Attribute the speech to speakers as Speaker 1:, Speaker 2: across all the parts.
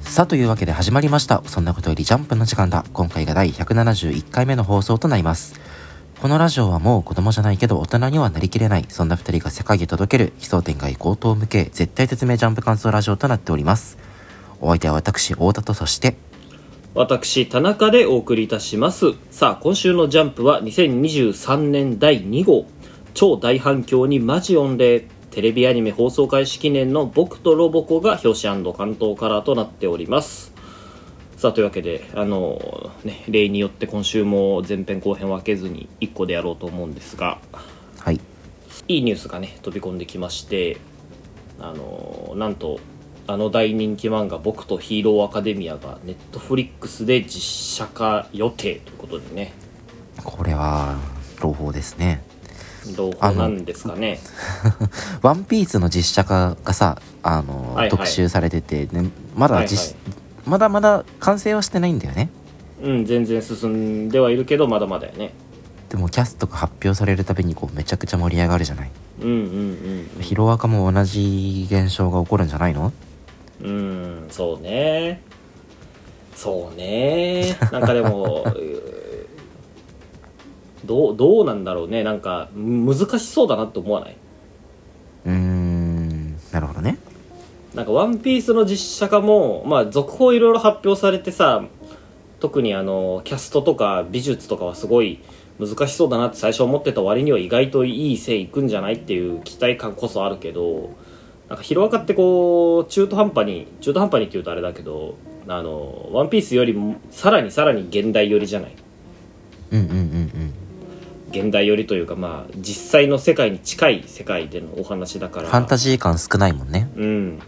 Speaker 1: さあというわけで始まりましたそんなことよりジャンプの時間だ今回が第171回目の放送となりますこのラジオはもう子供じゃないけど大人にはなりきれないそんな2人が世界へ届ける奇想天外高等向け絶対説明ジャンプ感想ラジオとなっておりますお相手は私太田とそして
Speaker 2: 私田中でお送りいたしますさあ今週の「ジャンプ」は2023年第2号超大反響にマジ御礼テレビアニメ放送開始記念の「僕とロボコ」が表紙関東カラーとなっておりますさあというわけであのね例によって今週も前編後編分けずに1個でやろうと思うんですが
Speaker 1: はい
Speaker 2: いいニュースがね飛び込んできましてあのーなんとあの大人気漫画「僕とヒーローアカデミア」がネットフリックスで実写化予定ということでね
Speaker 1: これは朗報ですね
Speaker 2: 朗報なんですかね
Speaker 1: ワンピースの実写化がさあの、
Speaker 2: はいはい
Speaker 1: 特集されてて、ね、まだ実、
Speaker 2: は
Speaker 1: まだまだ完成はしてないんだよね
Speaker 2: うん全然進んではいるけどまだまだよね
Speaker 1: でもキャストが発表されるたびにこうめちゃくちゃ盛り上がるじゃない
Speaker 2: うんうん
Speaker 1: ヒロアカも同じ現象が起こるんじゃないの
Speaker 2: うんうんそうねそうねなんかでもうーどうどうなんだろうねなんかむ難しそうだなって思わないう
Speaker 1: ーんなるほどね
Speaker 2: なんか「ワンピースの実写化も、まあ、続報いろいろ発表されてさ特にあのキャストとか美術とかはすごい難しそうだなって最初思ってた割には意外といい線いくんじゃないっていう期待感こそあるけどなんかヒロアカってこう中途半端に中途半端にっていうとあれだけど「あのワンピースよりもさらにさらに現代寄りじゃない
Speaker 1: うんうんうん
Speaker 2: 現代寄りというかまあ実際の世界に近い世界でのお話だか
Speaker 1: うん
Speaker 2: ら
Speaker 1: ファンタジー感少ないもんね
Speaker 2: うん。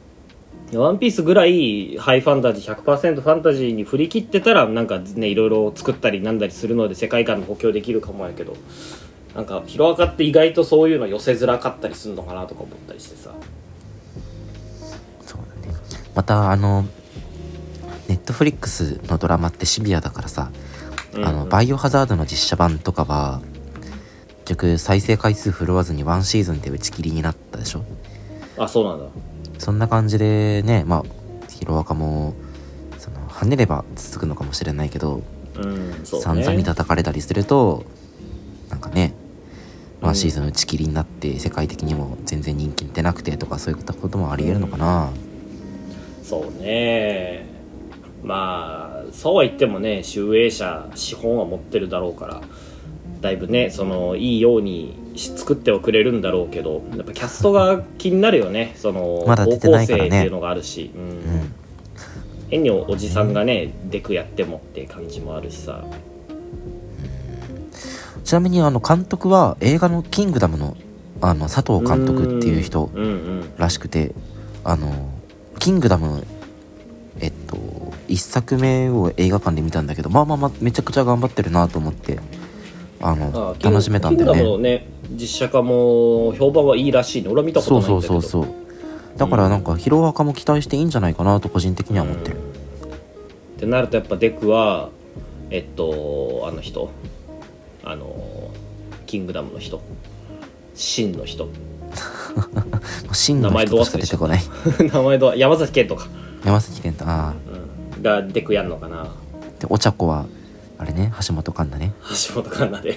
Speaker 2: ワンピースぐらいハイファンタジー100%ファンタジーに振り切ってたらなんかねいろいろ作ったりなんだりするので世界観の補強できるかもやけどなんかヒロアカって意外とそういうの寄せづらかったりするのかなとか思ったりしてさ
Speaker 1: そうだねまたあのネットフリックスのドラマってシビアだからさ、
Speaker 2: うん
Speaker 1: あのバイオハザードの実写版とかは結局再生回数振るわずにワンシーズンで打ち切りになったでしょ
Speaker 2: あそうなんだ
Speaker 1: そんな感じでねまあヒロアカもその跳ねれば続くのかもしれないけど、
Speaker 2: うんそうね
Speaker 1: 散々に叩かれたりするとなんかね
Speaker 2: うん
Speaker 1: ワンシーズン打ち切りになって世界的にも全然人気出なくてとかそういったこともありえるのかな、
Speaker 2: そうねまあそうは言ってもね集英社資本は持ってるだろうからだいぶねそのいいようにし作ってはくれるんだろうけどやっぱキャストが気になるよねその
Speaker 1: まだ出てないからね
Speaker 2: 高校生っていうのがあるし、うん
Speaker 1: うん
Speaker 2: 変におじさんがねデクやってもって感じもあるしさ
Speaker 1: ちなみにあの監督は映画の「キングダムの」あの佐藤監督っていう人
Speaker 2: うんうん
Speaker 1: らしくてあの「キングダム」えっと1作目を映画館で見たんだけどまあまあまあめちゃくちゃ頑張ってるなと思ってあの
Speaker 2: あキン
Speaker 1: 楽しめたんだ
Speaker 2: キン
Speaker 1: よ
Speaker 2: グ
Speaker 1: ね
Speaker 2: ダムのね実写化も評判はいいらしいの俺は見たこと
Speaker 1: そ
Speaker 2: な
Speaker 1: う
Speaker 2: いんだけ
Speaker 1: そ
Speaker 2: ど
Speaker 1: うそうそうだからなんかヒロアカも期待していいんじゃないかなと個人的には思ってる、
Speaker 2: ってなるとやっぱデクはえっとあの人あのキングダムの人シンの人
Speaker 1: もう真の人としか出てこない
Speaker 2: 名前どう山崎賢人か、
Speaker 1: 山崎賢人ああ
Speaker 2: うん、がデクやんのかな
Speaker 1: でお茶子はあれね橋本環奈ね
Speaker 2: 橋本環奈で い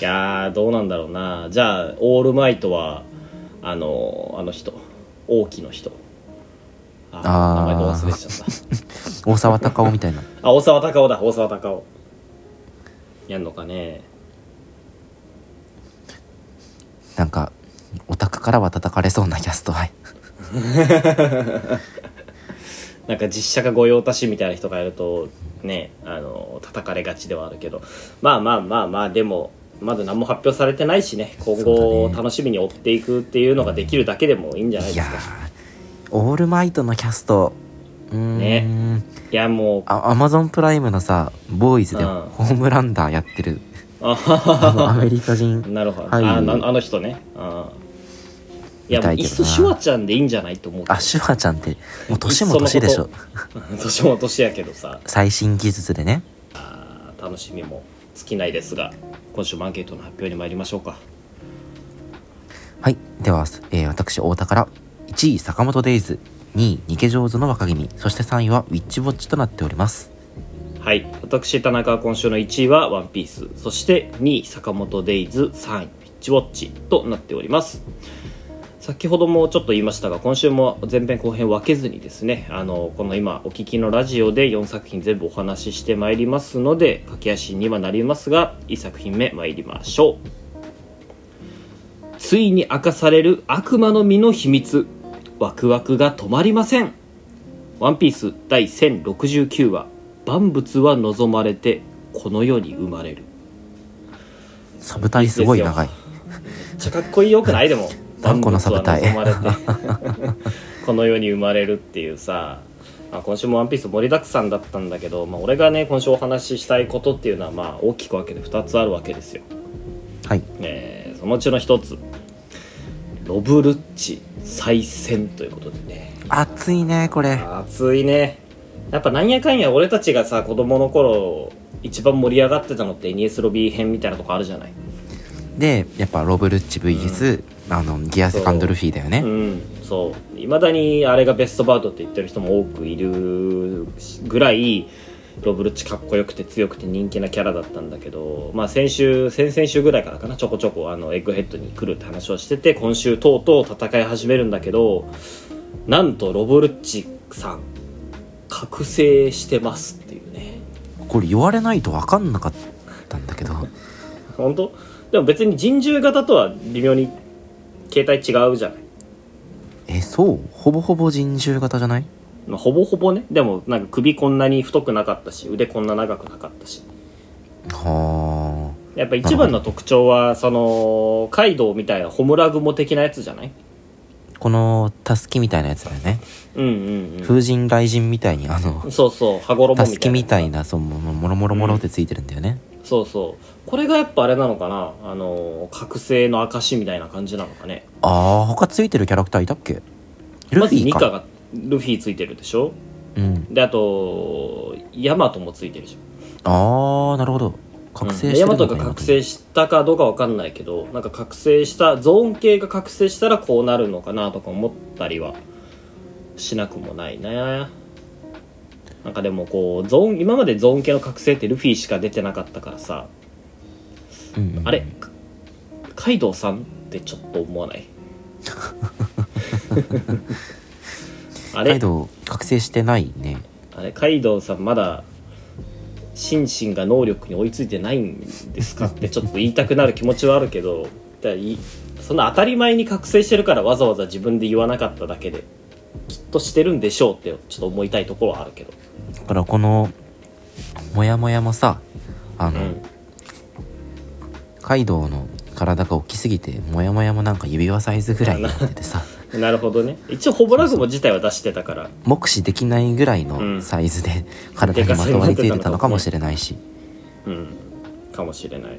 Speaker 2: やーどうなんだろうなじゃあオールマイトはあのあの人王毅の人あ
Speaker 1: あー
Speaker 2: 名前どう忘れしちゃった
Speaker 1: 大沢たかおみたいな
Speaker 2: あ大沢たかおだ大沢たかおやんのかね
Speaker 1: なんかオタクからは叩かれそうなキャストはい
Speaker 2: なんか実写化御用達みたいな人がやるとねあの叩かれがちではあるけどまあまあまあまあでもまだ何も発表されてないしね
Speaker 1: そう
Speaker 2: 今
Speaker 1: だ
Speaker 2: 後
Speaker 1: ね
Speaker 2: 楽しみに追っていくっていうのができるだけでもいいんじゃない
Speaker 1: い
Speaker 2: で
Speaker 1: や
Speaker 2: すか
Speaker 1: ーオールマイトのキャストうーん
Speaker 2: ねいやもう
Speaker 1: あアマゾンプライムのさボーイズで
Speaker 2: うん
Speaker 1: ホームランダーやってる、
Speaker 2: あ
Speaker 1: あのアメ
Speaker 2: は
Speaker 1: リカ人
Speaker 2: はなるほど、
Speaker 1: はい
Speaker 2: あなあの人ねあいや
Speaker 1: みた
Speaker 2: もう
Speaker 1: いけど
Speaker 2: いっ
Speaker 1: な
Speaker 2: そシュワちゃんでいいんじゃないと思うけど
Speaker 1: あシュワちゃんってもう年も年でしょ
Speaker 2: 年も年やけどさ
Speaker 1: 最新技術でね
Speaker 2: あー楽しみも尽きないですが今週もアンケートの発表に参りましょうか
Speaker 1: はい。では、えー私、太田から、1位、坂本デイズ、 2位逃げ上手の若君そして3位はウィッチウォッチとなっております
Speaker 2: はい私田中は今週の1位は「ワンピースそして2位坂本デイズ3位「ピッチウォッチ」となっております先ほどもちょっと言いましたが今週も前編後編分けずにですねあのこの今お聞きのラジオで4作品全部お話ししてまいりますので駆け足にはなりますが1作品目参りましょうついに明かされる悪魔の実の秘密ワクワクが止まりませんワンピース第1069話「万物は望まれてこの世に生まれる
Speaker 1: サブタイすごい長い」
Speaker 2: めっちゃかっこいいよくないで も
Speaker 1: 頑固なサブタイ
Speaker 2: 万物は望まれ てこの世に生まれるっていうさまあ今週も「ワンピース盛りだくさんだったんだけど、まあ、俺がね今週お話ししたいことっていうのはまあ大きく分けて2つあるわけですよ
Speaker 1: はい
Speaker 2: えーそのうちの一つロブルッチ再戦ということでね
Speaker 1: 熱いねこれ
Speaker 2: 熱いねやっぱなんやかんや俺たちがさ子供の頃一番盛り上がってたのって NES ロビー編みたいなとこあるじゃない
Speaker 1: でやっぱロブルッチ VS、あのギアセカンドルフィーだよね、
Speaker 2: うんそういまだにあれがベストバウトって言ってる人も多くいるぐらいロブルッチかっこよくて強くて人気なキャラだったんだけど、まあ、先週先々週ぐらいからかなちょこちょこあのエッグヘッドに来るって話をしてて今週とうとう戦い始めるんだけどなんとロブルッチさん覚醒してますっていうね
Speaker 1: これ言われないと分かんなかったんだけど
Speaker 2: 本当でも別に人獣型とは微妙に形態違うじゃない
Speaker 1: えそうほぼほぼ人獣型じゃない
Speaker 2: まあ、ほぼほぼねでもなんか首こんなに太くなかったし腕こんな長くなかったし
Speaker 1: は
Speaker 2: やっぱ一番の特徴はそのカイドウみたいなホムラグモ的なやつじゃない
Speaker 1: あこのたすきみたいなやつだよね、
Speaker 2: うんうん
Speaker 1: 風神雷神みたいにあの
Speaker 2: うんそうそう羽衣み
Speaker 1: た
Speaker 2: たいな
Speaker 1: すきみたいなそうもももろもろもろってついてるんだよね、
Speaker 2: そうそうこれがやっぱあれなのかなあの覚醒の証みたいな感じなのかね
Speaker 1: ああ他ついてるキャラクターいたっけル
Speaker 2: ま
Speaker 1: フ
Speaker 2: ず
Speaker 1: ィ
Speaker 2: ニ
Speaker 1: か、
Speaker 2: カがルフィついてるでしょ
Speaker 1: うん、
Speaker 2: であとヤマトもついてるじゃん
Speaker 1: ああなるほど覚醒して
Speaker 2: ヤ
Speaker 1: る
Speaker 2: マ
Speaker 1: のか
Speaker 2: トが
Speaker 1: 今
Speaker 2: 覚醒したかどうかわかんないけどなんか覚醒したゾーン系が覚醒したらこうなるのかなとか思ったりはしなくもないねなんかでもこうゾーン今までゾーン系の覚醒ってルフィしか出てなかったからさ
Speaker 1: うんうん
Speaker 2: あれかカイドウさんってちょっと思わない あ
Speaker 1: カ
Speaker 2: れ
Speaker 1: イドウ覚醒してないね
Speaker 2: あれカイドウさんまだ心身が能力に追いついてないんです かってちょっと言いたくなる気持ちはあるけどだからいそんな当たり前に覚醒してるからわざわざ自分で言わなかっただけできっとしてるんでしょうってちょっと思いたいところはあるけど、
Speaker 1: だからこのモヤモヤもさあ
Speaker 2: う
Speaker 1: の、
Speaker 2: ん、
Speaker 1: カイドウの体が大きすぎてモヤモヤもなんか指輪サイズぐらいになっててさ
Speaker 2: なるほどね一応ホボラグモ自体は出してたから
Speaker 1: 目視できないぐらいうの
Speaker 2: ん
Speaker 1: サイズで体にまとわりついてたのかもしれないし
Speaker 2: うんかもしれない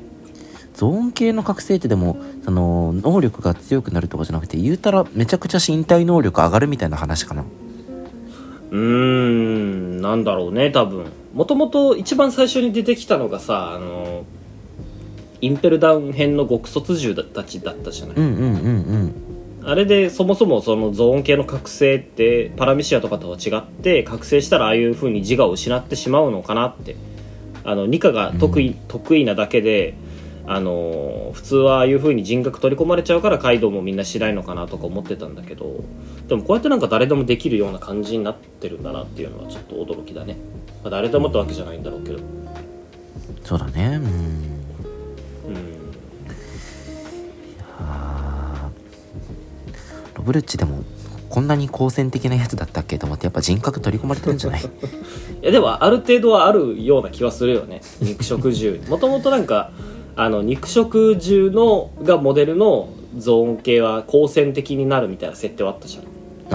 Speaker 1: ゾーン系の覚醒ってでもその能力が強くなるとかじゃなくて言うたらめちゃくちゃ身体能力上がるみたいな話かな
Speaker 2: うーんなんだろうね多分もともと一番最初に出てきたのがさあのインペルダウン編の極卒獣たちだったじゃない、
Speaker 1: うんうんうんうん
Speaker 2: あれでそもそもそのゾーン系の覚醒ってパラミシアとかとは違って覚醒したらああいう風に自我を失ってしまうのかなってあのニカが得意,、得意なだけであのー普通はああいう風に人格取り込まれちゃうからカイドウもみんなしないのかなとか思ってたんだけどでもこうやってなんか誰でもできるような感じになってるんだなっていうのはちょっと驚きだね、まあ、誰でもってわけじゃないんだろうけど
Speaker 1: そうだねうん
Speaker 2: うん
Speaker 1: あーロブルッチでもこんなに好戦的なやつだったっけと思ってやっぱ人格取り込まれてるんじゃない
Speaker 2: いやでもある程度はあるような気はするよね肉食獣もともとなんかあの肉食獣のがモデルのゾーン系は好戦的になるみたいな設定はあったじゃん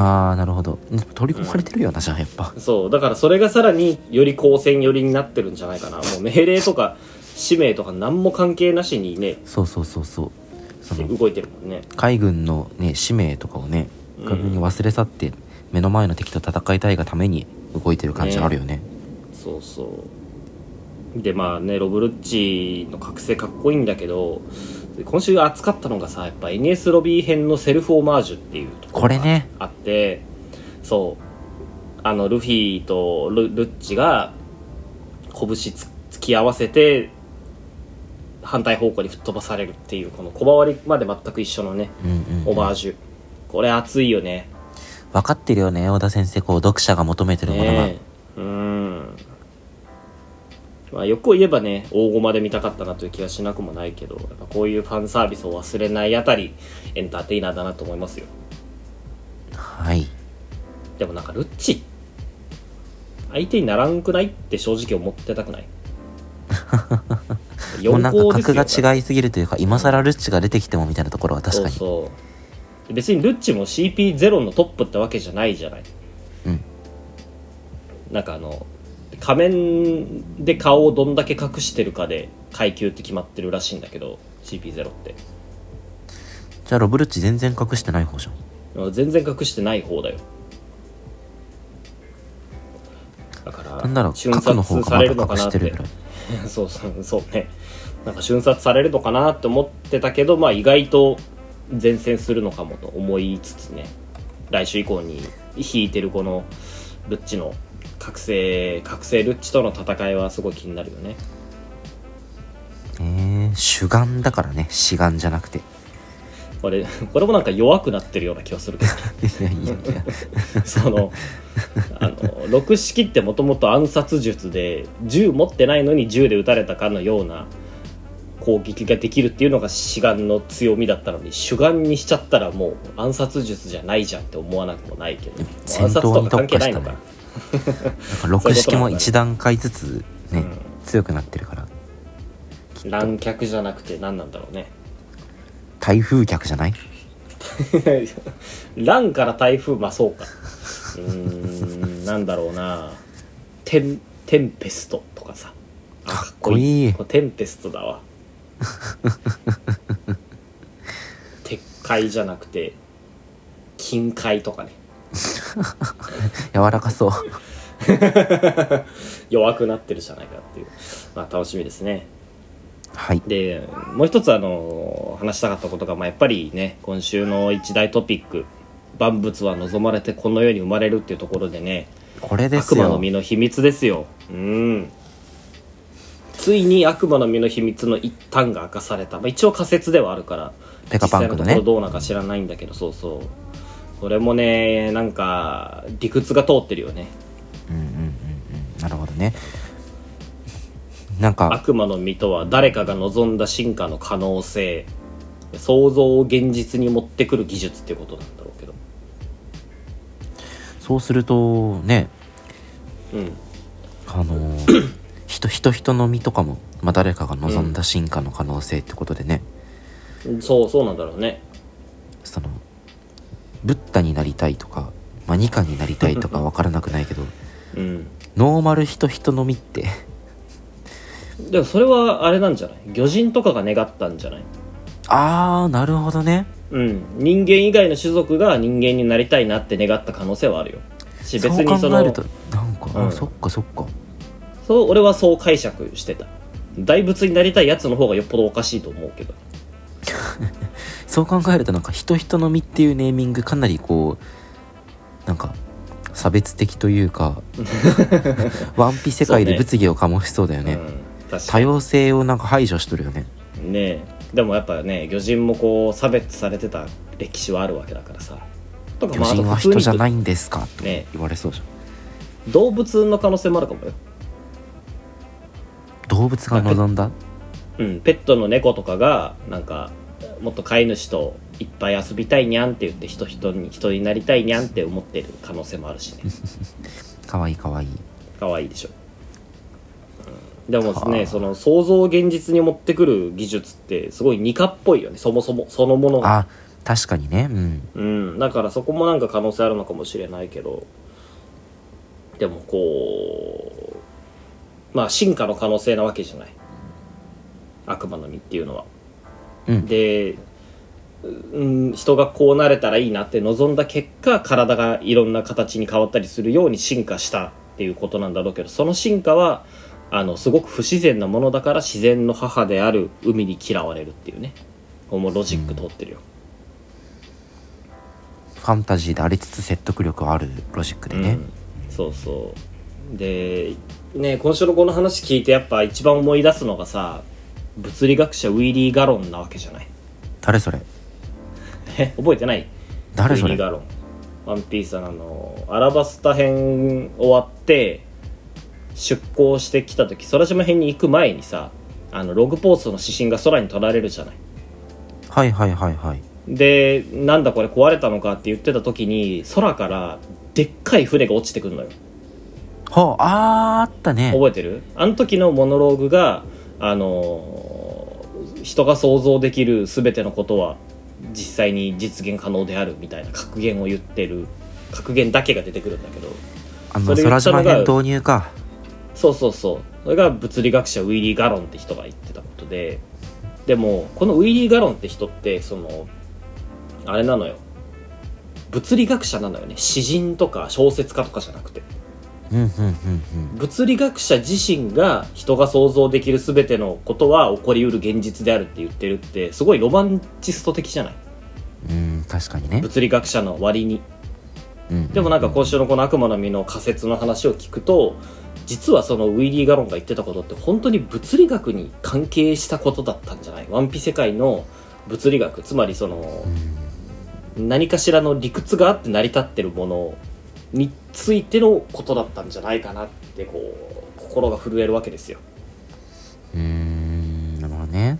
Speaker 1: ああなるほど取り込まれてるよなじゃあやっぱ
Speaker 2: そうだからそれがさらにより好戦寄りになってるんじゃないかなもう命令とか使命とか何も関係なしにね
Speaker 1: そうそうそうそうその
Speaker 2: 動いてるもんね
Speaker 1: 海軍のね使命とかをね
Speaker 2: うん
Speaker 1: 完全に忘れ去って目の前の敵と戦いたいがために動いてる感じあるよね
Speaker 2: そうそうでまあねロブルッチの覚醒かっこいいんだけど今週扱ったのがさやっぱ NS ロビー編のセルフオマージュっていうところ
Speaker 1: これね
Speaker 2: あってそうあのルフィとルルッチが拳つ突き合わせて反対方向に吹っ飛ばされるっていうこの小回りまで全く一緒のね
Speaker 1: うんうん
Speaker 2: オマージュ、これ熱いよね
Speaker 1: 分かってるよね小田先生こう読者が求めてるものが、
Speaker 2: ねえうんまあ欲を言えばね大駒で見たかったなという気がしなくもないけどやっぱこういうファンサービスを忘れないあたりエンターテイナーだなと思いますよ
Speaker 1: はい
Speaker 2: でもなんかルッチ相手にならんくないって正直思ってたくない
Speaker 1: もう
Speaker 2: 四
Speaker 1: なん
Speaker 2: 校
Speaker 1: か
Speaker 2: です
Speaker 1: 格
Speaker 2: よ
Speaker 1: が違いすぎるというか今更ルッチが出てきてもみたいなところは確かに
Speaker 2: そうそう別にルッチも CP0 のトップってわけじゃないじゃない
Speaker 1: うん
Speaker 2: なんかあの仮面で顔をどんだけ隠してるかで階級って決まってるらしいんだけど CP0 って
Speaker 1: じゃあロブルッチ全然隠してない方じゃん
Speaker 2: 全然隠してない方だよだから
Speaker 1: なんなら
Speaker 2: 瞬
Speaker 1: 核の方が
Speaker 2: 殺される
Speaker 1: ま
Speaker 2: の
Speaker 1: だ
Speaker 2: か
Speaker 1: 隠
Speaker 2: な
Speaker 1: し
Speaker 2: って
Speaker 1: る
Speaker 2: て
Speaker 1: ぐらい
Speaker 2: そうそうそうねなんか瞬殺されるのかなって思ってたけどまあ意外と善戦するのかもと思いつつね来週以降に引いてるこのルッチの覚醒覚醒ルッチとの戦いはすごい気になるよね
Speaker 1: えー、主眼だからね死眼じゃなくて い
Speaker 2: これ これもなんか弱くなってるような気がするけど
Speaker 1: やいやいや
Speaker 2: そのあの六式ってもともと暗殺術で銃持ってないのに銃で撃たれたかのような攻撃ができるっていうのが主眼の強みだったのに主眼にしちゃったらもう暗殺術じゃないじゃんって思わなくもないけど
Speaker 1: 戦闘
Speaker 2: 暗殺とか関係ないの
Speaker 1: に
Speaker 2: か
Speaker 1: なんか六式も一段階ずつね、
Speaker 2: うん
Speaker 1: 強くなってるから
Speaker 2: 乱脚じゃなくて何なんだろうね
Speaker 1: 台風客じゃない
Speaker 2: 乱から台風まあそうかうーんなんだろうなテンテンペストとかさあかっ
Speaker 1: かっこ
Speaker 2: テンペストだわ鉄塊じゃなくて金塊とかね
Speaker 1: 柔らかそう
Speaker 2: 弱くなってるじゃないかっていうまあ楽しみですね
Speaker 1: はい
Speaker 2: でもう一つあの話したかったことが、まあ、やっぱりね今週の一大トピック「万物は望まれてこの世に生まれる」っていうところでね
Speaker 1: これです
Speaker 2: 悪魔の
Speaker 1: よ
Speaker 2: 実の秘密ですようんついに悪魔の実の秘密の一端が明かされた、まあ、一応仮説ではあるから
Speaker 1: ペカパンクのね
Speaker 2: 実際のところどうなんか知らないんだけどそうそうこれもねなんか理屈が通ってるよね
Speaker 1: うんうんうんうんなるほどねなんか
Speaker 2: 悪魔の実とは誰かが望んだ進化の可能性想像を現実に持ってくる技術っていうことなんだろうけど
Speaker 1: そうするとね
Speaker 2: うん
Speaker 1: あの ー人人人の身とかも、まあ、誰かが望んだ進化の可能性ってことでね、
Speaker 2: そうそうなんだろうね
Speaker 1: そのブッダになりたいとか、まあ、ニカになりたいと か分からなくないけど
Speaker 2: うん
Speaker 1: ノーマル人人の身って
Speaker 2: でもそれはあれなんじゃない魚人とかが願ったんじゃない
Speaker 1: ああなるほどね
Speaker 2: うん人間以外の種族が人間になりたいなって願った可能性はあるよし別
Speaker 1: そう
Speaker 2: にそ
Speaker 1: 考える
Speaker 2: の
Speaker 1: となんか、あ
Speaker 2: うん
Speaker 1: そっかそっか
Speaker 2: そう俺はそう解釈してた大仏になりたいやつの方がよっぽどおかしいと思うけど
Speaker 1: そう考えるとなんか人人の身っていうネーミングかなりこうなんか差別的という かワンピ世界で物議を醸しそうだよね
Speaker 2: うん、確か
Speaker 1: 多様性をなんか排除しとるよね
Speaker 2: にねでもやっぱね魚人もこう差別されてた歴史はあるわけだからさとか
Speaker 1: 巨人は人じゃないんですかと
Speaker 2: ね
Speaker 1: 言われそうじゃん
Speaker 2: 動物の可能性もあるかもよ
Speaker 1: 動物が望んだ
Speaker 2: うん、ペットの猫とかがなんかもっと飼い主といっぱい遊びたいにゃんって言って人人に人になりたいにゃんって思ってる可能性もあるしね
Speaker 1: かわいいかわいい
Speaker 2: 可愛いでしょ、うん、でもです
Speaker 1: は
Speaker 2: ね
Speaker 1: あ
Speaker 2: その想像を現実に持ってくる技術ってすごい二課っぽいよねそもそもそのものが
Speaker 1: あ確かにねうん
Speaker 2: うんだからそこもなんか可能性あるのかもしれないけどでもこうまあ進化の可能性なわけじゃない悪魔の実っていうのは
Speaker 1: うん
Speaker 2: で、うん、人がこうなれたらいいなって望んだ結果体がいろんな形に変わったりするように進化したっていうことなんだろうけどその進化はあのすごく不自然なものだから自然の母である海に嫌われるっていうねこれもロジック通ってるよ、
Speaker 1: ファンタジーでありつつ説得力あるロジックでね、
Speaker 2: うん、そうそうでね今週のこの話聞いてやっぱ一番思い出すのがさ物理学者ウィリー・ガロンなわけじゃない
Speaker 1: 誰それ
Speaker 2: え 覚えてない
Speaker 1: 誰
Speaker 2: ウ
Speaker 1: そ
Speaker 2: ィリー・
Speaker 1: れ
Speaker 2: ガロンワンピースはあのアラバスタ編終わって出航してきた時空島編に行く前にさあのログポーズの指針が空に取られるじゃない
Speaker 1: はいはいはいはい
Speaker 2: でなんだこれ壊れたのかって言ってた時に空からでっかい船が落ちてくるのよ
Speaker 1: ほうあーあったね
Speaker 2: 覚えてるあの時のモノローグがあのー人が想像できる全てのことは実際に実現可能であるみたいな格言を言ってる格言だけが出てくるんだけど
Speaker 1: あの
Speaker 2: それ言
Speaker 1: 空
Speaker 2: ったの
Speaker 1: 島
Speaker 2: が
Speaker 1: 編導入か
Speaker 2: そうそうそうそれが物理学者ウィリー・ガロンって人が言ってたことででもこのウィリー・ガロンって人ってそのあれなのよ物理学者なのよね詩人とか小説家とかじゃなくて
Speaker 1: うんうんうん
Speaker 2: 物理学者自身が人が想像できる全てのことは起こりうる現実であるって言ってるってすごいロマンチスト的じゃない
Speaker 1: うんうん確かにね、
Speaker 2: 物理学者の割に
Speaker 1: うん、
Speaker 2: でもなんか今週のこの悪魔の実の仮説の話を聞くと実はそのウィリー・ガロンが言ってたことって本当に物理学に関係したことだったんじゃないワンピ世界の物理学つまりその何かしらの理屈があって成り立ってるものについてのことだったんじゃないかなってこう心が震えるわけですよ。
Speaker 1: うんうーんなるほどね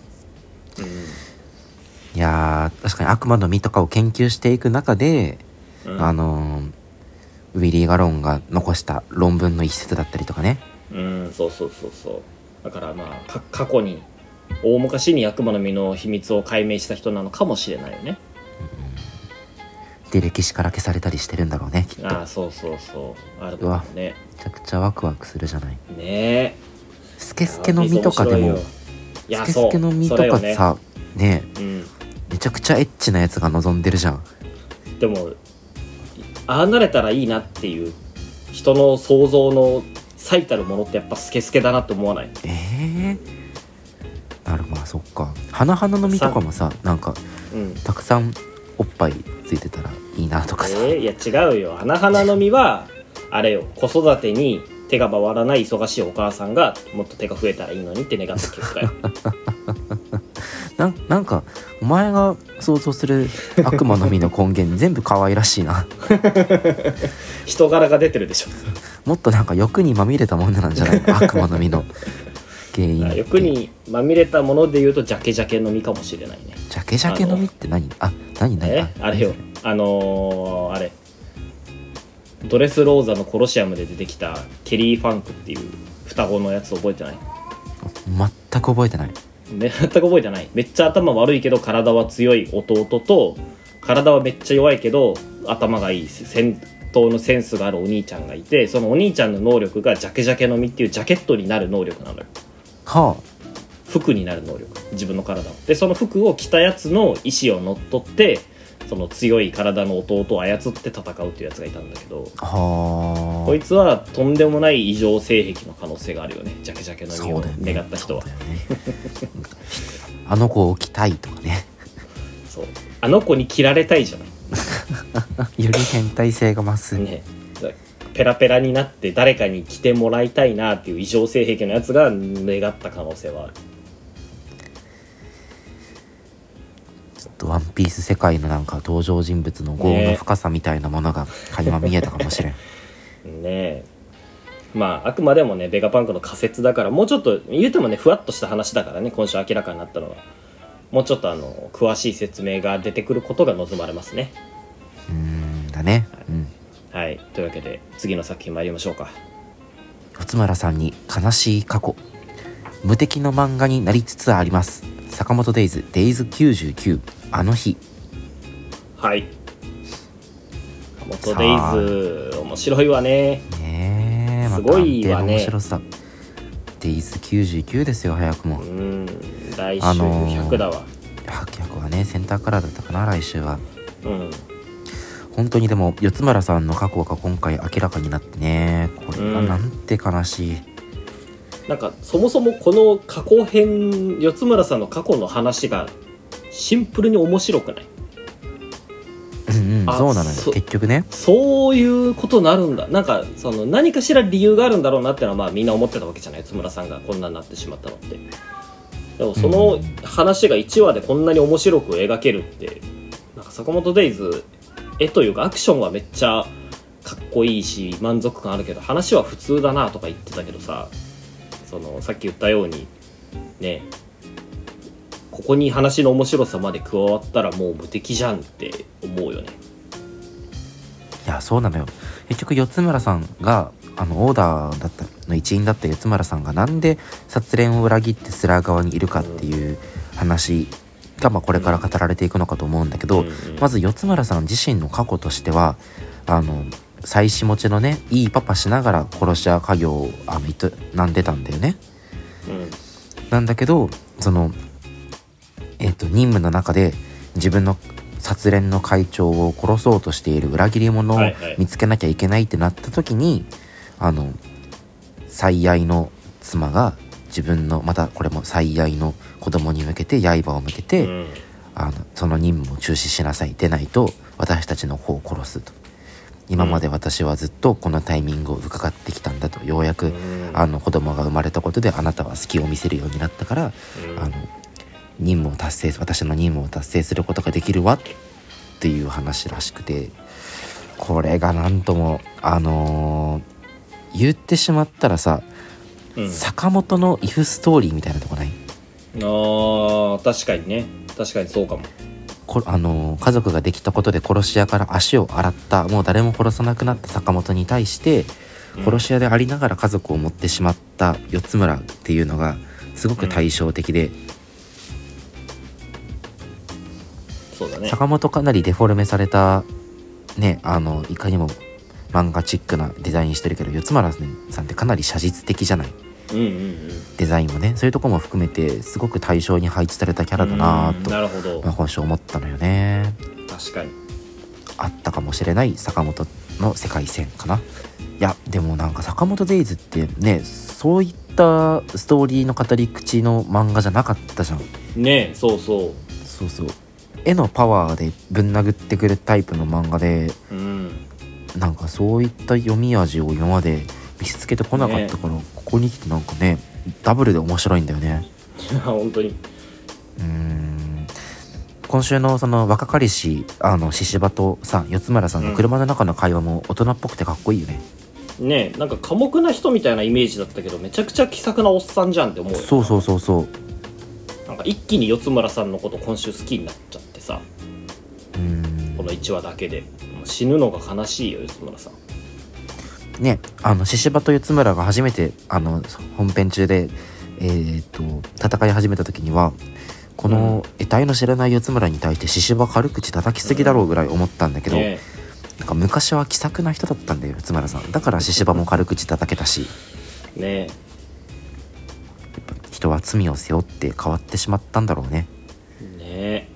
Speaker 1: いやー確かに悪魔の実とかを研究していく中で、
Speaker 2: うん
Speaker 1: あのーウィリー・ガロンが残した論文の一節だったりとかね
Speaker 2: うんそうそうそうそうだからまあか過去に大昔に悪魔の実の秘密を解明した人なのかもしれないよね
Speaker 1: で歴史から消されたりしてるんだろうねきっとめ
Speaker 2: ああそうそうそうあるかもね
Speaker 1: ちゃくちゃワクワクするじゃない
Speaker 2: ねえ
Speaker 1: スケスケの実とかでも
Speaker 2: いや
Speaker 1: スケ
Speaker 2: そう
Speaker 1: スケの実と
Speaker 2: それよ
Speaker 1: か
Speaker 2: ね
Speaker 1: さね
Speaker 2: う
Speaker 1: めちゃくちゃエッチなやつが望んでるじゃん
Speaker 2: ん、でもああなれたらいいなっていう人の想像の最たるものってやっぱスケスケだなって思わない
Speaker 1: ええー、なるまあそっか花々の実とかもさなんか
Speaker 2: うん
Speaker 1: たくさんおっぱいついてたらいいなとかさ、
Speaker 2: えーいや違うよ花花の実はあれよ子育てに手が回らない忙しいお母さんがもっと手が増えたらいいのにって願った結果よ
Speaker 1: なんなんかお前が想像する悪魔の実の根源全部可愛らしい な
Speaker 2: 人柄が出てるでしょ
Speaker 1: もっとなんか欲にまみれたもんなんじゃない の悪魔の実の原因って
Speaker 2: 欲にまみれたもので言うとジャケジャケの実かもしれないね
Speaker 1: ジャケジャケの実って何あ何何
Speaker 2: えあれよあのー、あれドレスローザのコロシアムで出てきたケリー・ファンクっていう双子のやつ覚えてない
Speaker 1: 全く覚えてない
Speaker 2: め 全く覚えてないめっちゃ頭悪いけど体は強い弟と体はめっちゃ弱いけど頭がいい戦闘のセンスがあるお兄ちゃんがいてそのお兄ちゃんの能力がジャケジャケの実っていうジャケットになる能力なのよ
Speaker 1: は
Speaker 2: 服になる能力自分の体をでその服を着たやつの意思を乗っ取ってその強い体の弟を操って戦うっていうやつがいたんだけど
Speaker 1: あはあ
Speaker 2: こいつはとんでもない異常性癖の可能性があるよねジャケジャケの実
Speaker 1: そ
Speaker 2: を
Speaker 1: うだよね
Speaker 2: 願った人は
Speaker 1: そうだよねあの子を着たいとかね
Speaker 2: そうあの子に着られたいじゃない
Speaker 1: より変態性が増す、
Speaker 2: ね、ペラペラになって誰かに来てもらいたいなっていう異常性癖のやつが願った可能性はある
Speaker 1: ちょっとワンピース世界のなんか登場人物の業の深さみたいなものが垣間見えたかも しれん、
Speaker 2: ねえまああくまでもねベガパンクの仮説だからもうちょっと言うてもねふわっとした話だからね今週明らかになったのはもうちょっとあの詳しい説明が出てくることが望まれますね
Speaker 1: うーんだね、うん、
Speaker 2: はいというわけで次の作品参りましょうか
Speaker 1: 四つ村さんに悲しい過去無敵の漫画になりつつあります坂本デイズデイズ99あの日
Speaker 2: はい元デイズ面白いわね
Speaker 1: ねえますた
Speaker 2: ご
Speaker 1: 安
Speaker 2: い
Speaker 1: 定
Speaker 2: わ
Speaker 1: の
Speaker 2: ね
Speaker 1: 面白さ、デイズ99ですよ早くも
Speaker 2: うん来週
Speaker 1: あのー
Speaker 2: 100だわ、
Speaker 1: 白役はねセンターカラーだったかな来週は
Speaker 2: うん
Speaker 1: 本当にでも四つ村さんの過去が今回明らかになってねこれは
Speaker 2: うん
Speaker 1: なんて悲しい、
Speaker 2: なんかそもそもこの過去編四つ村さんの過去の話がシンプルに面白くない
Speaker 1: うんうん、そうなのよ
Speaker 2: そ
Speaker 1: 結局ね
Speaker 2: そういうことになるんだなんかその何かしら理由があるんだろうなってのはまあみんな思ってたわけじゃない津村さんがこんなになってしまったのってでもその話が1話でこんなに面白く描けるってなんか坂本デイズ絵というかアクションはめっちゃかっこいいし満足感あるけど話は普通だなとか言ってたけどさそのさっき言ったようにねここに話の面白さまで加わったらもう無敵じゃんって思うよね
Speaker 1: いやそうなのよ結局四つ村さんがあのオーダーだったの一員だった四つ村さんがなんで殺練を裏切ってスラー側にいるかっていう話が、まあ、これから語られていくのかと思うんだけど、
Speaker 2: うんうん
Speaker 1: まず四つ村さん自身の過去としてはあの妻子持ちのねいいパパしながら殺し屋家業をあの営んでたんだよね。
Speaker 2: うん
Speaker 1: なんだけどその、えっと任務の中で自分の殺連の会長を殺そうとしている裏切り者を
Speaker 2: はいはい
Speaker 1: 見つけなきゃいけないってなった時に、あの最愛の妻が自分のまたこれも最愛の子供に向けて刃を向けて、
Speaker 2: うん
Speaker 1: あのその任務を中止しなさいでないと私たちの子を殺すと今まで私はずっとこのタイミングを伺ってきたんだとようやく、
Speaker 2: うん
Speaker 1: あの子供が生まれたことであなたは隙を見せるようになったから、
Speaker 2: うん
Speaker 1: あの任務を達成私の任務を達成することができるわっていう話らしくてこれがなんともあのー言ってしまったらさ、
Speaker 2: うん
Speaker 1: 坂本のイフストーリーみたいなとこない
Speaker 2: あー確かにね確かにそうかも
Speaker 1: こあのー家族ができたことで殺し屋から足を洗ったもう誰も殺さなくなった坂本に対して
Speaker 2: うん
Speaker 1: 殺し屋でありながら家族を持ってしまった四つ村っていうのがすごく対照的で、
Speaker 2: そうだね
Speaker 1: 坂本かなりデフォルメされたねあのいかにも漫画チックなデザインしてるけど四つ村さんってかなり写実的じゃない
Speaker 2: うんうんうん
Speaker 1: デザインもねそういうとこも含めてすごく対象に配置されたキャラだな
Speaker 2: うん
Speaker 1: と、
Speaker 2: なるほど
Speaker 1: まあ、本性思ったのよね
Speaker 2: 確かに
Speaker 1: あったかもしれない坂本の世界線かないやでもなんか坂本デイズってねそういったストーリーの語り口の漫画じゃなかったじゃん
Speaker 2: ねえそうそ
Speaker 1: そうそう絵のパワーでぶん殴ってくるタイプの漫画で
Speaker 2: ううん
Speaker 1: なんかそういった読み味を今まで見せつけてこなかったから、ここに来てなんかねダブルで面白いんだよね
Speaker 2: いや本当に
Speaker 1: うーん今週のその若かりしあの獅子とさん四つ村さんの車の中の会話も大人っぽくてかっこいいよね、
Speaker 2: ねえなんか寡黙な人みたいなイメージだったけどめちゃくちゃ気さくなおっさんじゃんって思うよ
Speaker 1: そうそうそうそう
Speaker 2: なんか一気に四つ村さんのこと今週好きになっちゃってさ
Speaker 1: うーん
Speaker 2: この1話だけでもう死ぬのが悲しいよ四つ村さん
Speaker 1: ねあの獅子と四つ村が初めてあの本編中でえーっと戦い始めた時にはこの得体の知らない四つ村に対して獅子場軽口叩きすぎだろうぐらい思ったんだけど、
Speaker 2: ね
Speaker 1: なんか昔は気さくな人だったんだよ津村さんだから獅子場も軽口叩けたし
Speaker 2: えね
Speaker 1: 人は罪を背負って変わってしまったんだろうね
Speaker 2: えねえ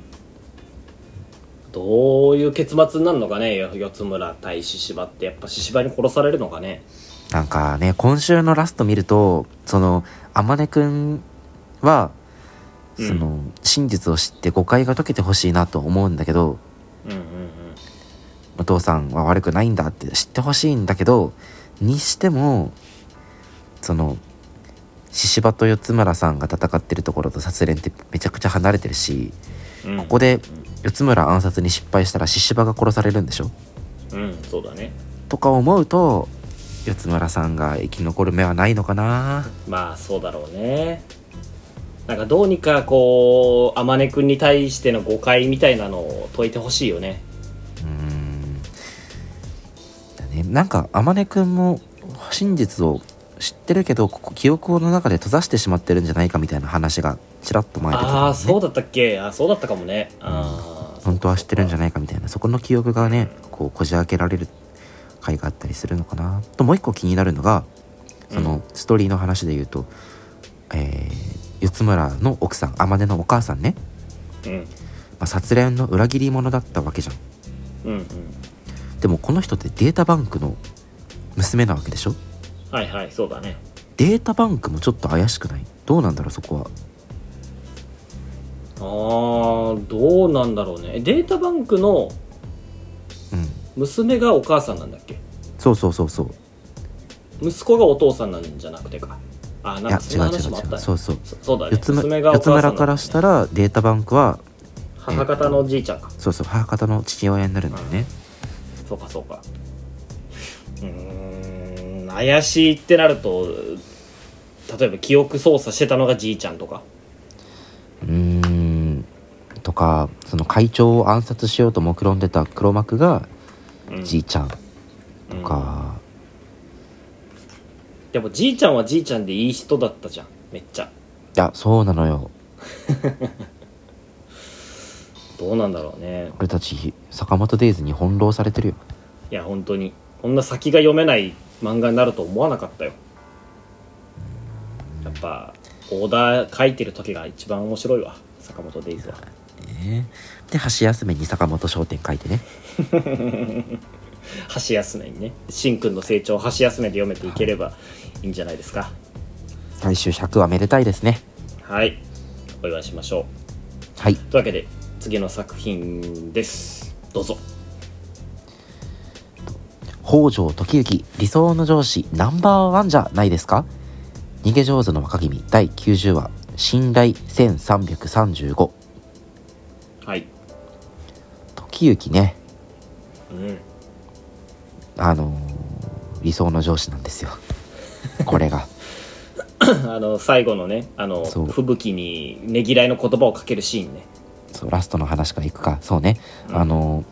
Speaker 2: どういう結末になるのかねよ四つ村対獅子場ってやっぱ獅子場に殺されるのかね
Speaker 1: なんかね今週のラスト見るとその天音くんは
Speaker 2: うん
Speaker 1: その、真実を知って誤解が解けてほしいなと思うんだけど
Speaker 2: うんうん
Speaker 1: お父さんは悪くないんだって知ってほしいんだけどにしてもその獅子場と四つ村さんが戦ってるところと殺練ってめちゃくちゃ離れてるし
Speaker 2: うんうん
Speaker 1: ここで四つ村暗殺に失敗したら獅子場が殺されるんでしょ
Speaker 2: うんそうだね
Speaker 1: とか思うと四つ村さんが生き残る目はないのかな
Speaker 2: まあそうだろうねなんかどうにかこう天音君に対しての誤解みたいなのを解いてほしいよね
Speaker 1: うーんだねなんか天音くんも真実を知ってるけどここ記憶の中で閉ざしてしまってるんじゃないかみたいな話がちらっと前に出てた
Speaker 2: ああ
Speaker 1: んだよ
Speaker 2: そ
Speaker 1: ね
Speaker 2: うだったっけあーそうだったかもねああ
Speaker 1: 本当は知ってるんじゃ
Speaker 2: ゃ
Speaker 1: ないかみたいなそこの記憶がねこうこじ開けられる回があったりするのかなともう一個気になるのがその、
Speaker 2: う
Speaker 1: ストーリーの話で言うと、えー、四つ村の奥さん天音のお母さんね、
Speaker 2: うん
Speaker 1: まあ、殺練の裏切り者だったわけじゃん
Speaker 2: うんうん
Speaker 1: でもこの人ってデータバンクの娘なわけでしょ
Speaker 2: はいはいそうだね
Speaker 1: データバンクもちょっと怪しくないどうなんだろうそこは
Speaker 2: ああどうなんだろうねデータバンクの娘がお母さんなんだっけ
Speaker 1: そうそうそうそう
Speaker 2: 息子がお父さんなんじゃなくてかあ
Speaker 1: い
Speaker 2: なん
Speaker 1: や
Speaker 2: かそ
Speaker 1: 違
Speaker 2: ん
Speaker 1: う
Speaker 2: な
Speaker 1: 違
Speaker 2: 話もあっ
Speaker 1: う違
Speaker 2: た
Speaker 1: う
Speaker 2: ね
Speaker 1: そうそう
Speaker 2: そそうだね
Speaker 1: 四つむ
Speaker 2: 娘がお
Speaker 1: 四
Speaker 2: 母
Speaker 1: つ
Speaker 2: さんなんだ
Speaker 1: 村からしたらデータバンクは
Speaker 2: 母方のおじいちゃんか
Speaker 1: そうそう母方の父親になるんだよね
Speaker 2: そうかそうかうーん怪しいってなると例えば記憶操作してたのがじいちゃんとか
Speaker 1: うーんとかその会長を暗殺しようと目論んでた黒幕が
Speaker 2: うん
Speaker 1: じいちゃんとか、
Speaker 2: でもじいちゃんはじいちゃんでいい人だったじゃんめっちゃ
Speaker 1: いやそうなのよ
Speaker 2: どうなんだろうね
Speaker 1: 俺たち坂本デイズに翻弄されてるよ
Speaker 2: いや本当にこんな先が読めない漫画になると思わなかったよやっぱオーダー書いてる時が一番面白いわ坂本デイズは
Speaker 1: ねで箸休めに坂本商店書いてね
Speaker 2: 箸休めにねしんくんの成長を箸休めで読めていければいいんじゃないですか
Speaker 1: 来週100はめでたいですね
Speaker 2: はいお祝いしましょ
Speaker 1: はい、
Speaker 2: うというわけで次の作品ですどうぞ
Speaker 1: 北条時行理想の上司ナンバーワンじゃないですか逃げ上手の若君第90話信頼1335
Speaker 2: はい
Speaker 1: 時行ね
Speaker 2: うん
Speaker 1: あのー理想の上司なんですよこれが
Speaker 2: あの最後のねあの
Speaker 1: そう
Speaker 2: 吹雪にねぎらいの言葉をかけるシーンね
Speaker 1: そうラストの話からいくかそうねあの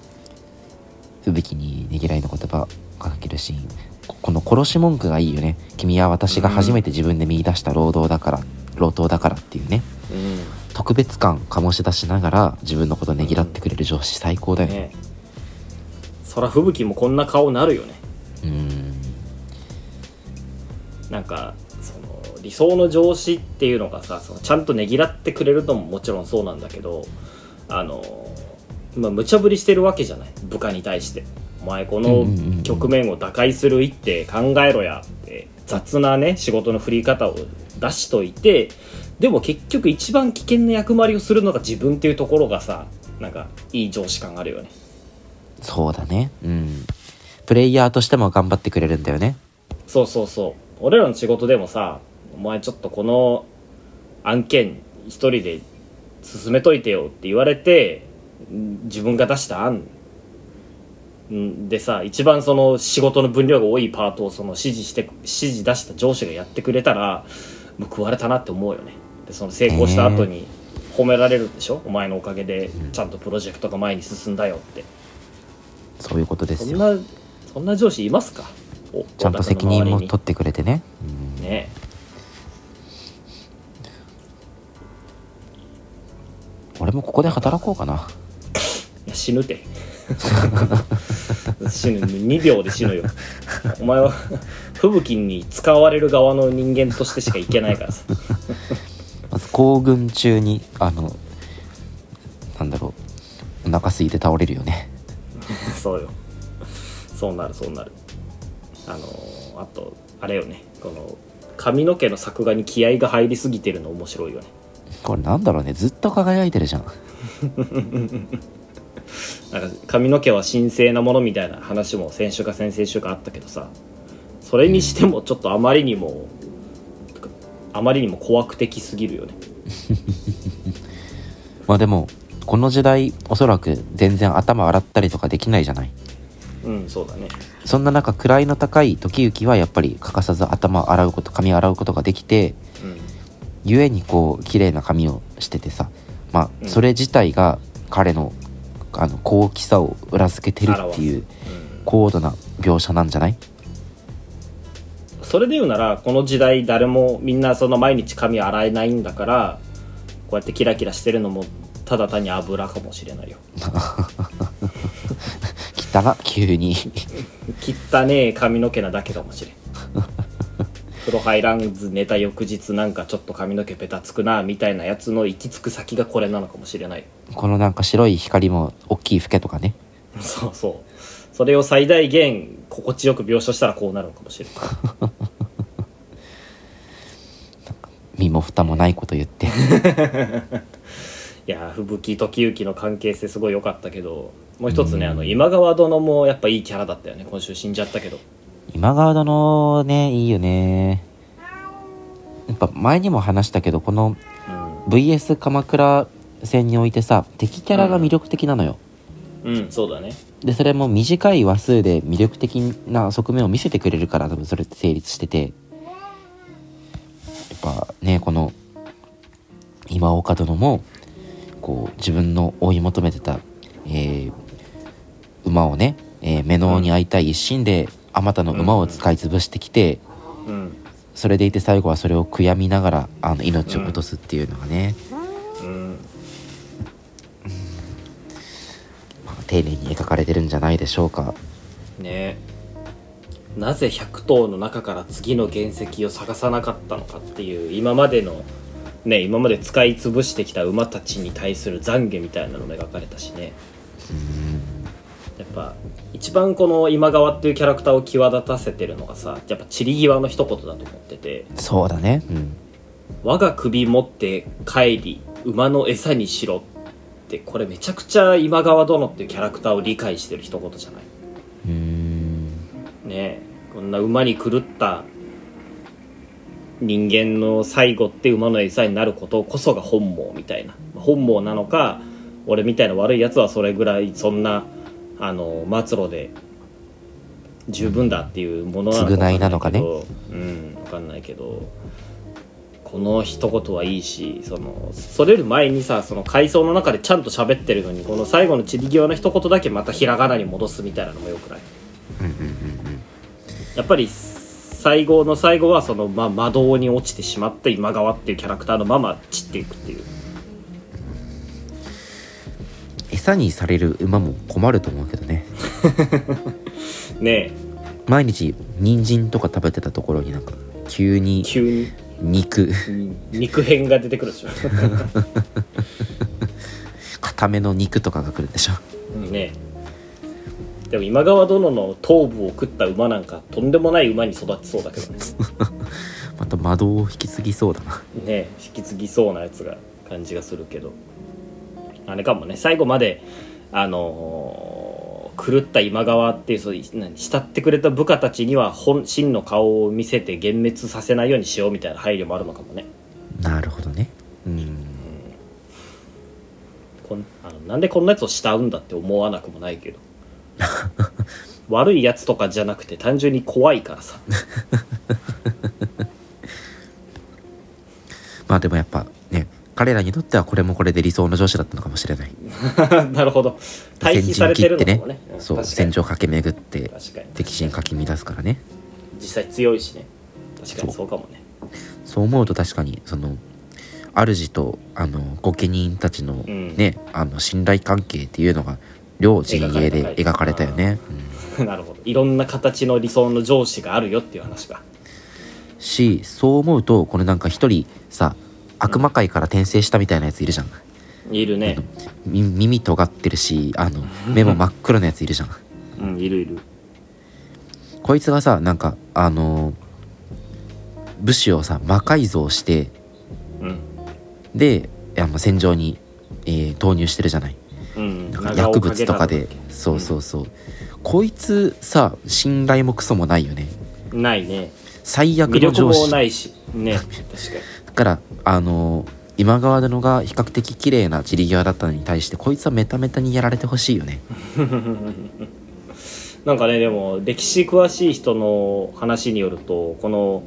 Speaker 1: ー吹雪にねぎらいの言葉をかけるシーンここの殺し文句がいいよね君は私が初めて自分で見出した労働だから労働だからっていうね
Speaker 2: う
Speaker 1: 特別感醸し出しながら自分のことねぎらってくれる上司最高だ
Speaker 2: ん
Speaker 1: よね
Speaker 2: ねそら吹雪もこんな顔なるよね
Speaker 1: うーん
Speaker 2: なんかその理想の上司っていうのがさそのちゃんとねぎらってくれるのももちろんそうなんだけどあのまあ無茶ぶりしてるわけじゃない部下に対してお前こ
Speaker 1: う
Speaker 2: の
Speaker 1: んうんうん
Speaker 2: 局面を打開する一手考えろやって雑なね仕事の振り方を出しといてでも結局一番危険な役回りをするのが自分っていうところがさなんかいい上司感あるよね
Speaker 1: そうだねうんプレイヤーとしても頑張ってくれるんだよね
Speaker 2: そうそうそう俺らの仕事でもさお前ちょっとこの案件一人で進めといてよって言われてん自分が出した案んでさ一番その仕事の分量が多いパートをその指示して指示出した上司がやってくれたら報われたなって思うよねでその成功した後に褒められるんでしょ、お前のおかげでちゃんとプロジェクトが前に進んだよって
Speaker 1: そういうことです
Speaker 2: そん
Speaker 1: よ
Speaker 2: なそんな上司いますかお
Speaker 1: ちゃんと責任も取ってくれてねうん
Speaker 2: ね
Speaker 1: 俺もここで働こうかない
Speaker 2: や死ぬて 死ぬ2秒で死ぬよお前は吹雪に使われる側の人間としてしかいけないからさ
Speaker 1: まず行軍中にあのなんだろうお腹空いて倒れるよね
Speaker 2: そうよそうなるそうなるあのーあとあれよねこの髪の毛の作画に気合が入りすぎてるの面白いよね
Speaker 1: これなんだろうねずっと輝いてるじゃん
Speaker 2: なんか髪の毛は神聖なものみたいな話も先週か先々週かあったけどさそれにしてもちょっとあまりにも、あまりにも怖く的すぎるよね
Speaker 1: まあでもこの時代おそらく全然頭洗ったりとかできないじゃない
Speaker 2: うんそうだね
Speaker 1: そんな中位の高い時行はやっぱり欠かさず頭洗うこと髪洗うことができて
Speaker 2: うん
Speaker 1: ゆえにこう綺麗な髪をしててさま
Speaker 2: う
Speaker 1: あ
Speaker 2: ん
Speaker 1: それ自体が彼のあの高貴さを裏付けてるっていう
Speaker 2: うん
Speaker 1: 高度な描写なんじゃない
Speaker 2: それで言うならこの時代誰もみんなその毎日髪洗えないんだからこうやってキラキラしてるのもただ単に油かもしれな いよ
Speaker 1: 汚な急 に
Speaker 2: 汚ねえ髪の毛なだけかもしれん風呂入らんず寝た翌日なんかちょっと髪の毛ベタつくなみたいなやつの行き着く先がこれなのかもしれない
Speaker 1: このなんか白い光も大きいフケとかね
Speaker 2: そうそうそれを最大限心地よく描写したらこうなるのかもしれない
Speaker 1: 身も蓋もないこと言って
Speaker 2: いいやー吹雪時行の関係性すごい良かったけどもう一つね、あの今川殿もやっぱいいキャラだったよね今週死んじゃったけど
Speaker 1: 今川殿ねいいよねやっぱ前にも話したけどこの
Speaker 2: う
Speaker 1: VS 鎌倉戦においてさ敵キャラが魅力的なのよ、
Speaker 2: ん、うん、そうだね
Speaker 1: でそれも短い話数で魅力的な側面を見せてくれるから多分それって成立しててやっぱねこの今岡殿もこう自分の追い求めてた、えー馬をね、えー目のに会いたい一心であまたの馬を使い潰してきて
Speaker 2: うん
Speaker 1: それでいて最後はそれを悔やみながらあの命を落とすっていうのがね、
Speaker 2: うん
Speaker 1: まあ丁寧に描かれてるんじゃないでしょうか。
Speaker 2: ねなぜ100頭の中から次の原石を探さなかったのかっていう今までのね今まで使い潰してきた馬たちに対する懺悔みたいなのも描かれたしねやっぱ一番この今川っていうキャラクターを際立たせてるのがさやっぱ散り際の一言だと思ってて
Speaker 1: そうだね、うん
Speaker 2: 「我が首持って帰り馬の餌にしろ」ってこれめちゃくちゃ今川殿っていうキャラクターを理解してる一言じゃないう
Speaker 1: ーん
Speaker 2: ねえこんな馬に狂った人間の最後って馬の餌になることこそが本望みたいな本望なのか俺みたいな悪いやつはそれぐらいそんなあの末路で十分だっていうものなのか
Speaker 1: 償いなのかね
Speaker 2: わんないけどうん分かんないけどこの一言はいいしそのそれより前にさその回想の中でちゃんと喋ってるのにこの最後の散り際の一言だけまたひらがなに戻すみたいなのもよくない
Speaker 1: うんうんうん
Speaker 2: やっぱり最後の最後はその、まあ、魔道に落ちてしまって今川っていうキャラクターのまま散っていくっていう
Speaker 1: 餌にされる馬も困ると思うけどね
Speaker 2: ね
Speaker 1: 毎日人参とか食べてたところになんか急
Speaker 2: え
Speaker 1: に
Speaker 2: 急
Speaker 1: 肉
Speaker 2: に肉片が出てくるでしょ
Speaker 1: 固めの肉とかが来るんでしょ
Speaker 2: ねえでも今川殿の頭部を食った馬なんかとんでもない馬に育ちそうだけどね
Speaker 1: また魔導を引き継ぎそうだな
Speaker 2: ねえ引き継ぎそうなやつが感じがするけどあれかもね最後まであのー狂った今川っていうそうい何慕ってくれた部下たちには本真の顔を見せて幻滅させないようにしようみたいな配慮もあるのかもね
Speaker 1: なるほどねうん
Speaker 2: こんあのなんでこんなやつを慕うんだって思わなくもな いけど悪いやつとかじゃなくて単純に怖いからさ
Speaker 1: まあでもやっぱね彼らにとってはこれもこれで理想の上司だったのかもしれない
Speaker 2: なるほど対比されてるのかもねん
Speaker 1: そう
Speaker 2: 確か
Speaker 1: 戦
Speaker 2: に
Speaker 1: 場駆け巡って
Speaker 2: 確かに
Speaker 1: 敵陣かき乱すからね
Speaker 2: 実際強いしね確かにそうかもね
Speaker 1: そう思うと確かにその主とあの御家人たちの
Speaker 2: ん
Speaker 1: ね、あの信頼関係っていうのが両陣営で描
Speaker 2: 描
Speaker 1: か
Speaker 2: か
Speaker 1: れ
Speaker 2: れ
Speaker 1: た
Speaker 2: た
Speaker 1: よね、
Speaker 2: なるほどいろんな形の理想の上司があるよっていう話か
Speaker 1: うんしそう思うとこれなんか一人さ悪魔界から転生したみたいなやついるじゃん、
Speaker 2: いるね
Speaker 1: み耳尖ってるしあ の目も真っ黒なやついるじゃん
Speaker 2: うんいるいる
Speaker 1: こいつがさなんかあの武士をさ魔改造して
Speaker 2: うん
Speaker 1: であの戦場に、えー投入してるじゃない
Speaker 2: うん
Speaker 1: なんか薬物とか
Speaker 2: 長尾
Speaker 1: で
Speaker 2: 景太
Speaker 1: そうそうそう、こいつさ信頼もクソもないよね
Speaker 2: だっけないね
Speaker 1: 最悪
Speaker 2: 魅
Speaker 1: の
Speaker 2: 力
Speaker 1: 上
Speaker 2: も
Speaker 1: 司
Speaker 2: な
Speaker 1: だ
Speaker 2: いしね確か
Speaker 1: からあの今川殿が比較的綺麗な散り際だったのに対してこいつはメタメタにやられてほしいよね
Speaker 2: になんかねでも歴史詳しい人の話によるとこの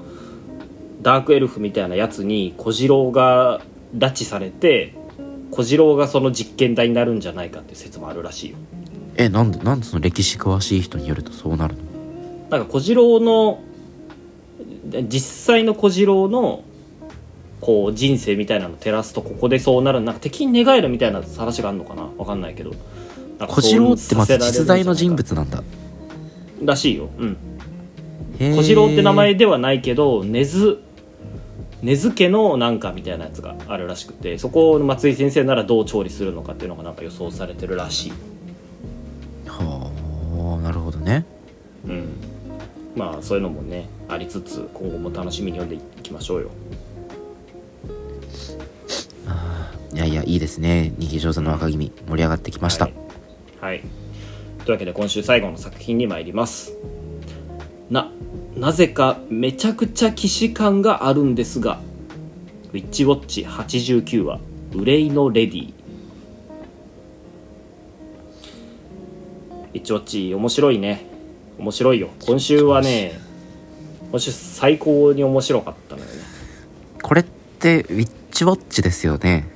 Speaker 2: ダークエルフみたいなやつに小次郎が拉致されて小次郎がその実験台になるんじゃないかっていう説もあるらしいよ
Speaker 1: えなんでなんでその歴史詳しい人によるとそうなるの
Speaker 2: なんか小次郎の実際の小次郎のこう人生みたいなのを照らすとここでそうなるなんか敵に寝返るみたいな話があるのかなわかんないけどなんか
Speaker 1: 小
Speaker 2: そう
Speaker 1: 次郎ってまず
Speaker 2: させ
Speaker 1: 実
Speaker 2: られ
Speaker 1: 在
Speaker 2: る
Speaker 1: の
Speaker 2: んじゃ
Speaker 1: 人
Speaker 2: ないか
Speaker 1: 物なんだ
Speaker 2: らしいよ、うん、
Speaker 1: へー
Speaker 2: 小次郎って名前ではないけど根津根津家のなんかみたいなやつがあるらしくてそこを松井先生ならどう調理するのかっていうのがなんか予想されてるらしい
Speaker 1: はあなるほどね
Speaker 2: うんまあそういうのもねありつつ今後も楽しみに読んでいきましょうよ
Speaker 1: いややいやいいですね逃げ上手の若君盛り上がってきました、
Speaker 2: はい、はいというわけで今週最後の作品に参りますななぜかめちゃくちゃ既視感があるんですが「ウィッチウォッチ89話憂いのレディ」ウィッチウォッチ面白いね面白いよ今週はね今週最高に面白かったのよね
Speaker 1: これってウィッチウォッチですよね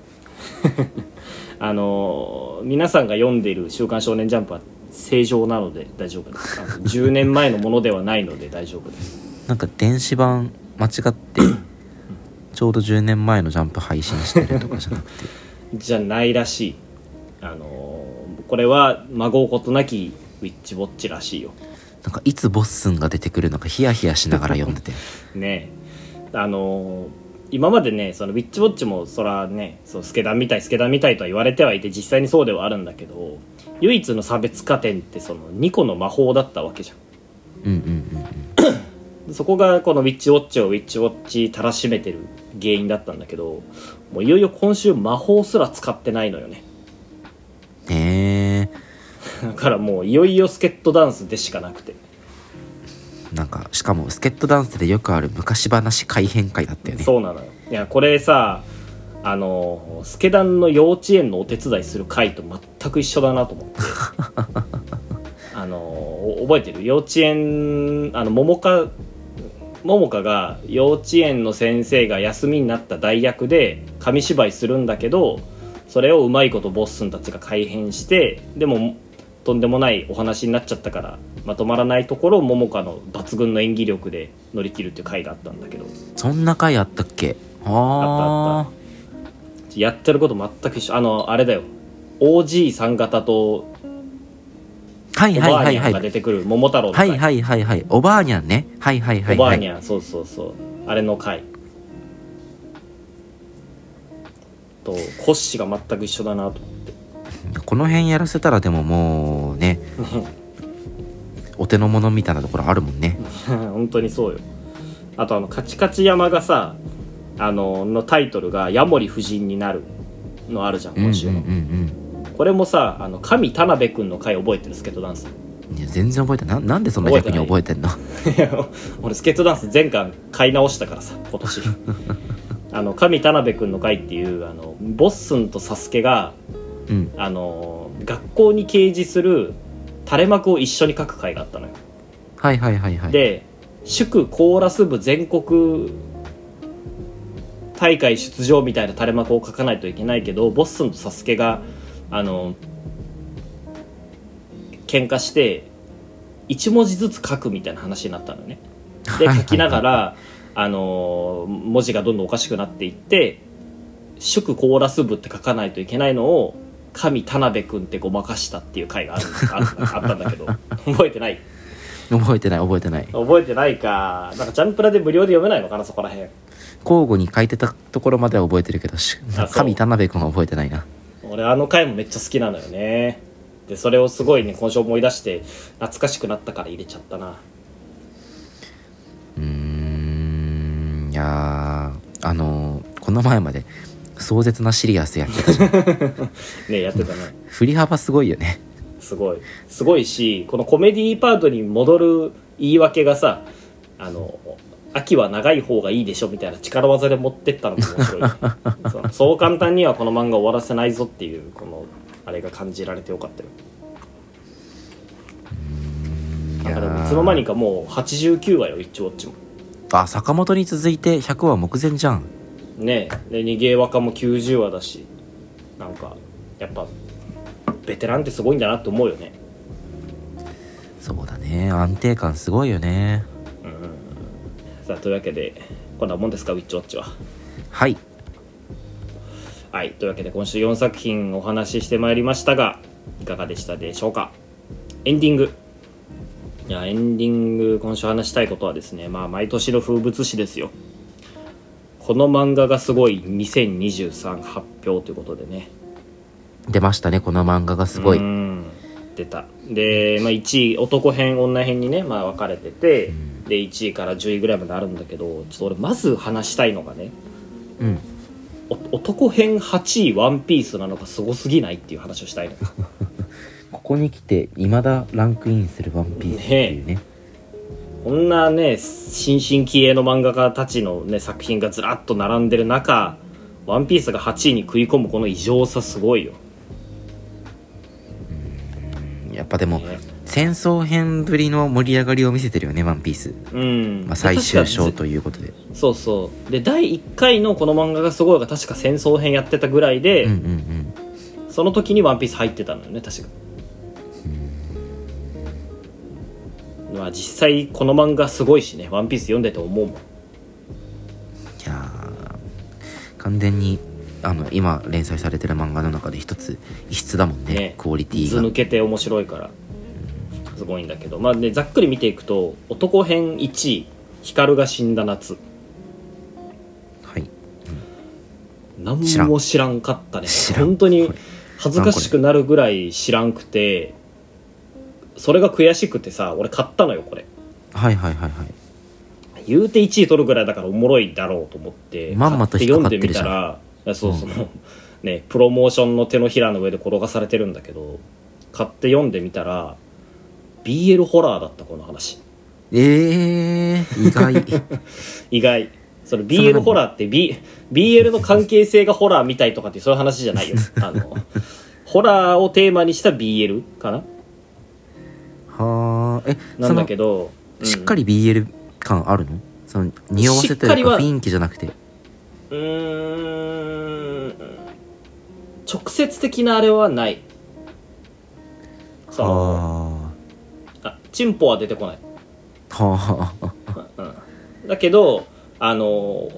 Speaker 2: あのー皆さんが読んでいる「週刊少年ジャンプ」は正常なので大丈夫ですあの10年前のものではないので大丈夫です
Speaker 1: なんか電子版間違っ てちょうど10年前のジャンプ配信してるとか じゃなくて
Speaker 2: じゃないらしいあのーこれは孫うことなきウィッチウォッチらしいよ
Speaker 1: なんかいつボッスンが出てくるのかヒヤヒヤしながら読んでて
Speaker 2: ねえあのー今までねそのウィッチウォッチもそらねそうスケダンみたいスケダンみたいとは言われてはいて実際にそうではあるんだけど唯一の差別化点ってその2個の魔法だったわけじゃん
Speaker 1: うんうんうんうん
Speaker 2: そこがこのウィッチウォッチをウィッチウォッチたらしめてる原因だったんだけどもういよいよ今週魔法すら使ってないのよね
Speaker 1: ね
Speaker 2: だからもういよいよ助っ人ダンスでしかなくて
Speaker 1: えなんかしかもスケットダンスでよくある昔話改編会だったよね
Speaker 2: そうなのよいやこれさあのスケダンの幼稚園のお手伝いする会と全く一緒だなと思って あのお覚えてる幼稚園あの桃花桃花が幼稚園の先生が休みになった代役で紙芝居するんだけどそれをうまいことボッスンたちが改変してでもとんでもないお話になっちゃったからまとまらないところを桃花の抜群の演技力で乗り切るっていう回があったんだけど
Speaker 1: そんな回あったっけあ
Speaker 2: あったあやってること全く一緒あのあれだよ OG さん方と
Speaker 1: あはい
Speaker 2: お
Speaker 1: はい
Speaker 2: ばあ
Speaker 1: は
Speaker 2: に
Speaker 1: い
Speaker 2: ゃ
Speaker 1: は
Speaker 2: ん
Speaker 1: い
Speaker 2: が出てくる桃太郎の
Speaker 1: は
Speaker 2: 回、
Speaker 1: いはいはいはいおばあにゃんねはいはいはい
Speaker 2: おば
Speaker 1: は
Speaker 2: あに
Speaker 1: い
Speaker 2: ゃんそうそうそうあれの回と骨子が全く一緒だなと
Speaker 1: この辺やらせたらでももうねお手の物みたいなところあるもんね
Speaker 2: 本当にそうよあとあのカチカチ山がさあののタイトルが「ヤモリ夫人になる」のあるじゃん
Speaker 1: うんうん
Speaker 2: 今週
Speaker 1: う
Speaker 2: の、
Speaker 1: ん
Speaker 2: これもさあの神田辺君の回覚えてるスケートダンス
Speaker 1: うんいや全然覚えてないななんでそんな逆に覚えてんの
Speaker 2: いや俺スケートダンス前回買い直したからさ今 年あの神田辺君の会っていうあのボッスンとサスケが
Speaker 1: うん
Speaker 2: あの学校に掲示する垂れ幕を一緒に書く会があったのよ、
Speaker 1: はいはいはいはい
Speaker 2: で祝コーラス部全国大会出場みたいな垂れ幕を書かないといけないけどボッスンとサスケがあの喧嘩して1文字ずつ書くみたいな話になったのよねで書きなが
Speaker 1: は
Speaker 2: ら、あのー文字がどんどんおかしくなっていって「祝コーラス部」って書かないといけないのを「神田辺君」ってごまかしたっていう回があるああった んだけど覚えてない
Speaker 1: いはい覚えてない覚えてない
Speaker 2: 覚えてないかなんかジャンプラで無料で読めないのかなそこらへん
Speaker 1: 交互に書いてたところまでは覚えてるけどし
Speaker 2: あそう
Speaker 1: 神田辺君は覚えてないな
Speaker 2: 俺あの回もめっちゃ好きなのよねでそれをすごいね今週思い出して懐かしくなったから入れちゃったな
Speaker 1: うーんいやーあのーこの前まで壮絶なシリアスやってたじゃん
Speaker 2: ねやってたね
Speaker 1: 振り幅すごいよね
Speaker 2: すごいすごいしこのコメディパートに戻る言い訳がさあの秋は長い方がいいでしょみたいな力技で持ってったのも面白いそうそう簡単にはこの漫画終わらせないぞっていうこのあれが感じられてよかったよだからいつの間にかもう89話よ一応ウォッチも
Speaker 1: あ坂本に続いて100話目前じゃん
Speaker 2: ねえで逃げ若も90話だしなんかやっぱベテランってすごいんだなって思うよね
Speaker 1: そうだね安定感すごいよね
Speaker 2: さあというわけでこんなもんですかウィッチウォッチは
Speaker 1: はい
Speaker 2: はい、というわけで今週4作品お話ししてまいりましたがいかがでしたでしょうかエンディングいやエンディング今週話したいことはですねまあ毎年の風物詩ですよこの漫画がすごい2023発表ということでね
Speaker 1: 出ましたねこの漫画がすごい
Speaker 2: うん出たで、まあ、1位男編女編にね、まあ、分かれててで1位から10位ぐらいまであるんだけどちょっと俺まず話したいのがね
Speaker 1: うん
Speaker 2: お男編8位ワンピースなのがすごすぎないっていう話をしたいの
Speaker 1: ここに来て未だランクインする「ワンピースっていうね
Speaker 2: こんなね新進気鋭の漫画家たちの、ね、作品がずらっと並んでる中「ワンピースが8位に食い込むこの異常さすごいよ、
Speaker 1: やっぱでも
Speaker 2: ね
Speaker 1: 戦争編ぶりの盛り上がりを見せてるよね「ワンピース
Speaker 2: うん
Speaker 1: まあ最終章
Speaker 2: 確か
Speaker 1: ということで
Speaker 2: そうそうで第1回のこの漫画がすごいが確か戦争編やってたぐらいで、
Speaker 1: うんうんうん
Speaker 2: その時に「ワンピース入ってたのよね確かまあ実際この漫画すごいしね「ワンピース読んでて思うも
Speaker 1: い
Speaker 2: ん
Speaker 1: やー完全にあの今連載されてる漫画の中で一つ異質だもんね
Speaker 2: ね
Speaker 1: クオリティ
Speaker 2: 図
Speaker 1: が
Speaker 2: 抜けて面白いからすごいんだけどまあねざっくり見ていくと男編1位「光が死んだ夏
Speaker 1: はい」
Speaker 2: 何
Speaker 1: 知らん
Speaker 2: も知らんかったね
Speaker 1: 知らん
Speaker 2: 本当に
Speaker 1: これ
Speaker 2: 恥ずかしくなるぐらい知らんくてそれが悔しくてさ俺買ったのよこれ
Speaker 1: はいはいはいはい
Speaker 2: 言うて1位取るぐらいだからおもろいだろうと思って
Speaker 1: まんまと
Speaker 2: 買
Speaker 1: 引ってかか
Speaker 2: っ読
Speaker 1: って
Speaker 2: ん
Speaker 1: る
Speaker 2: でみ
Speaker 1: じゃ
Speaker 2: た
Speaker 1: ん
Speaker 2: らいやそうその、ねプロモーションの手のひらの上で転がされてるんだけど買って読んでみたら BL ホラーだったこの話
Speaker 1: えー、意 外
Speaker 2: 意外その
Speaker 1: それ何
Speaker 2: BL ホラーって B BL の関係性がホラーみたいとかってそういう話じゃない よあのホラーをテーマにした BL かな
Speaker 1: はあえ
Speaker 2: なんだ
Speaker 1: の
Speaker 2: けど
Speaker 1: しっかり BL 感あるのその匂わせて
Speaker 2: しっかり
Speaker 1: る
Speaker 2: は
Speaker 1: か雰囲気じゃなくて
Speaker 2: うんうーん直接的なあれはないその
Speaker 1: は
Speaker 2: あチンポは出てこない、
Speaker 1: あはあ
Speaker 2: うん、だけどあの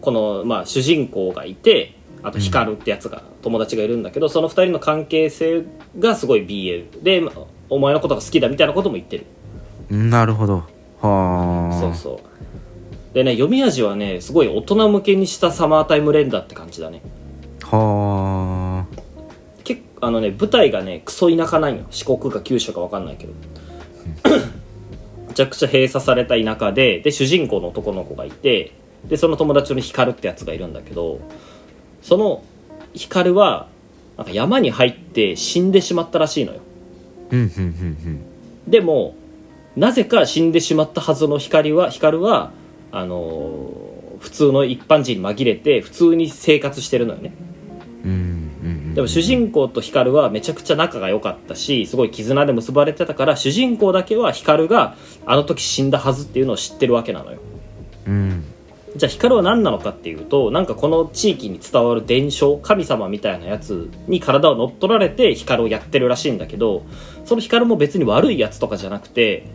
Speaker 2: この、まあ、主人公がいてあと光ってやつが、友達がいるんだけどその二人の関係性がすごい BL でまあお前のことが好きだみたいなことも言ってる
Speaker 1: なるほどはあ
Speaker 2: そうそうでね読み味はねすごい大人向けにしたサマータイム連打って感じだね
Speaker 1: はあ
Speaker 2: 結構あのね舞台がねクソ田舎なんよ四国か九州か分かんないけどめちゃくちゃ閉鎖された田舎でで主人公の男の子がいてでその友達の光ってやつがいるんだけどその光はなんか山に入って死んでしまったらしいのよ
Speaker 1: うんうんうんうん
Speaker 2: でもなぜか死んでしまったはずの光は光はあのー普通の一般人に紛れて普通に生活してるのよね
Speaker 1: うんうん
Speaker 2: でも主人公と光はめちゃくちゃ仲が良かったしすごい絆で結ばれてたから主人公だけは光があの時死んだはずっていうのを知ってるわけなのよ
Speaker 1: うん
Speaker 2: じゃあ光は何なのかっていうとなんかこの地域に伝わる伝承神様みたいなやつに体を乗っ取られて光をやってるらしいんだけどその光も別に悪いやつとかじゃなくて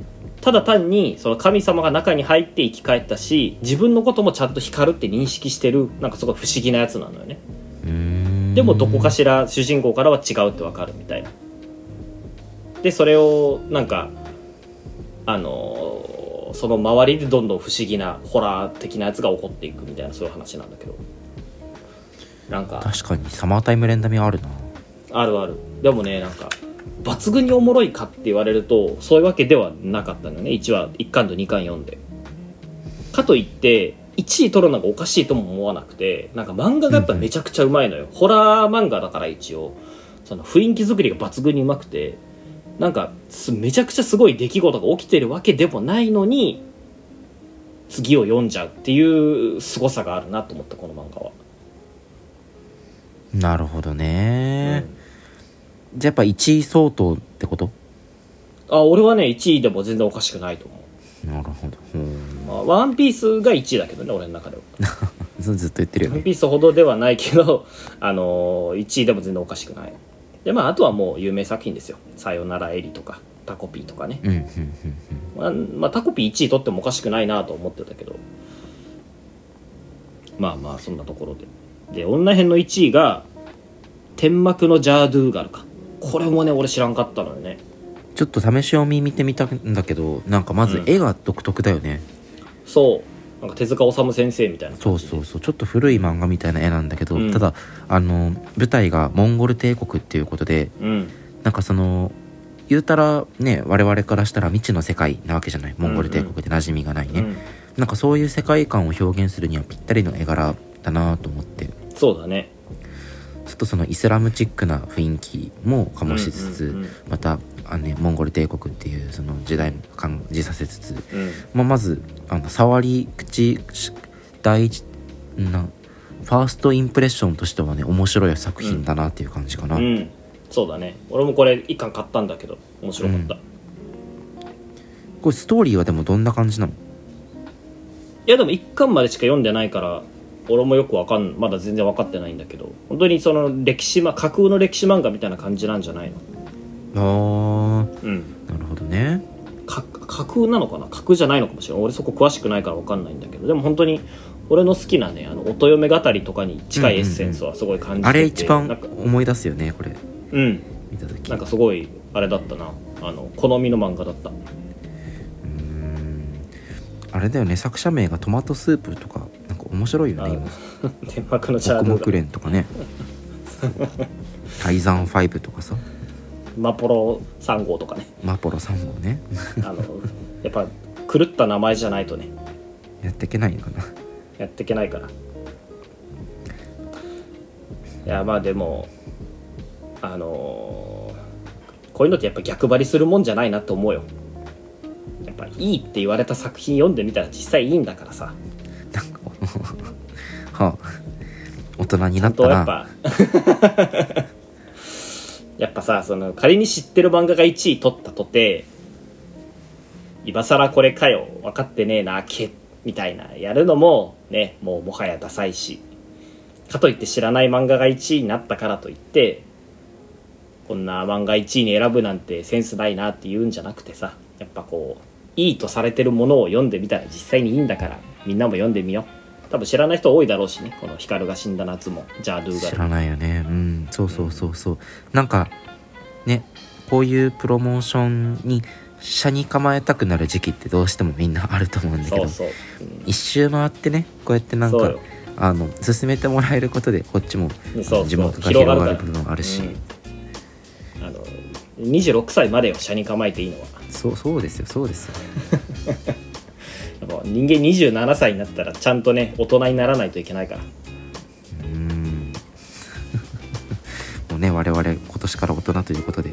Speaker 2: ただ単にその神様が中に入って生き返ったし自分のこともちゃんと光って認識してるなんかすごい不思議なやつなのよね
Speaker 1: うん
Speaker 2: でもどこかしら主人公からは違うってわかるみたいなでそれをなんかあのーその周りでどんどん不思議なホラー的なやつが起こっていくみたいなそういう話なんだけどなんか
Speaker 1: 確かにサマータイム連打味あるな
Speaker 2: あるあるでもねなんか抜群におもろいかって言われるとそういうわけではなかったのよね1話1巻と2巻読んでかといって1位取るのがおかしいとも思わなくてなんか漫画がやっぱめちゃくちゃうまいのよ、ホラー漫画だから一応その雰囲気作りが抜群にうまくてなんかすめちゃくちゃすごい出来事が起きてるわけでもないのに次を読んじゃうっていう凄さがあるなと思ったこの漫画は、
Speaker 1: なるほどね、じゃあやっぱ1位相当ってこと
Speaker 2: あ俺はね1位でも全然おかしくないと思う
Speaker 1: なるほどうん
Speaker 2: まあワンピースが1位だけどね、俺の中では。
Speaker 1: ずずっと言ってるよ
Speaker 2: ワン
Speaker 1: ね
Speaker 2: ピースほどではないけど、 あのー、1位でも全然おかしくない。で、まあ、あとはもう有名作品ですよ。さよならエリとか、タコピーとかね。
Speaker 1: うんうんうん
Speaker 2: まあ、まあタコピー1位取ってもおかしくないなと思ってたけど。まあまあ、そんなところで。で、女編の1位が、天幕のジャードゥーガルか。これもね、俺知らんかったのよね。
Speaker 1: ちょっと試し読み見てみたんだけどなんかまず絵が独特だよね、
Speaker 2: そう。なんか手塚治虫先生みたいな
Speaker 1: そ
Speaker 2: 感
Speaker 1: う
Speaker 2: じで。
Speaker 1: そうそうちょっと古い漫画みたいな絵なんだけど、
Speaker 2: うん
Speaker 1: ただあの舞台がモンゴル帝国っていうことで
Speaker 2: うん。
Speaker 1: なんかその言うたらね我々からしたら未知の世界なわけじゃないモンゴル帝国で馴染みがないね、
Speaker 2: うん。
Speaker 1: なんかそういう世界観を表現するにはぴったりの絵柄だなと思って
Speaker 2: そうだね
Speaker 1: ちょっとそのイスラムチックな雰囲気も醸しつつ、
Speaker 2: うんうんうん
Speaker 1: またあの、ね、モンゴル帝国っていうその時代を感じさせつつ、
Speaker 2: うん
Speaker 1: まあ、まずあの触り口し第一なファーストインプレッションとしてはね面白い作品だなっていう感じかな、
Speaker 2: うんそうだね俺もこれ一巻買ったんだけど面白かった、
Speaker 1: う
Speaker 2: い
Speaker 1: これストーリーはでもどんな感じなの
Speaker 2: やでも一巻までしか読んでないから俺もよくわかんまだ全然分かってないんだけど本当にその歴史ま架空の歴史漫画みたいな感じなんじゃないの
Speaker 1: あ
Speaker 2: うん
Speaker 1: ーなるほどね
Speaker 2: か架空なのかな架空じゃないのかもしれない俺そこ詳しくないから分かんないんだけどでも本当に俺の好きなねあの音嫁語りとかに近いエッセンスはすごい感じてて、
Speaker 1: あれ一番
Speaker 2: なんか
Speaker 1: 思い出すよねこれ
Speaker 2: うん
Speaker 1: 見た時
Speaker 2: なんかすごいあれだったなあの好みの漫画だった
Speaker 1: うーんあれだよね作者名がトマトスープとかなんか面白いよね今
Speaker 2: あの天幕のチャー
Speaker 1: 黙
Speaker 2: ド
Speaker 1: 々
Speaker 2: が
Speaker 1: 連とかねタイザン5とかさ
Speaker 2: マポロ3号とかね
Speaker 1: マポロ3号ね
Speaker 2: あのやっぱ狂った名前じゃないとね
Speaker 1: やっていけないのかな
Speaker 2: やっていけないからいやまあでもあのーこういうのってやっぱ逆張りするもんじゃないなと思うよやっぱいいって言われた作品読んでみたら実際いいんだからさ
Speaker 1: なんかはあ大人になっ
Speaker 2: と
Speaker 1: た
Speaker 2: や
Speaker 1: な
Speaker 2: っぱ やっぱさその仮に知ってる漫画が1位取ったとて今更これかよ分かってねえなけみたいなやるのもねもうもはやダサいしかといって知らない漫画が1位になったからといってこんな漫画1位に選ぶなんてセンスないなって言うんじゃなくてさやっぱこういいとされてるものを読んでみたら実際にいいんだからみんなも読んでみよう多分知らない人多いだろうしねこの「光が死んだ夏」も「ジャードゥーガ
Speaker 1: 知
Speaker 2: ル」
Speaker 1: らないよねうんそうそうそうそうなんかねこういうプロモーションに車に構えたくなる時期ってどうしてもみんなあると思うんだけ
Speaker 2: そ
Speaker 1: ど
Speaker 2: うそう、
Speaker 1: 一周回ってねこうやってなん
Speaker 2: そう
Speaker 1: か
Speaker 2: よ
Speaker 1: あの進めてもらえることでこっちも
Speaker 2: そうそう
Speaker 1: 自分が広
Speaker 2: 広がる
Speaker 1: が
Speaker 2: から
Speaker 1: る部分あるし
Speaker 2: うんあの26歳までよ車に構えていいのは
Speaker 1: そうそうですよそうですよ
Speaker 2: やっぱ人間27歳になったらちゃんとね大人にならないといけないから
Speaker 1: うーん もうね我々今年から大人ということで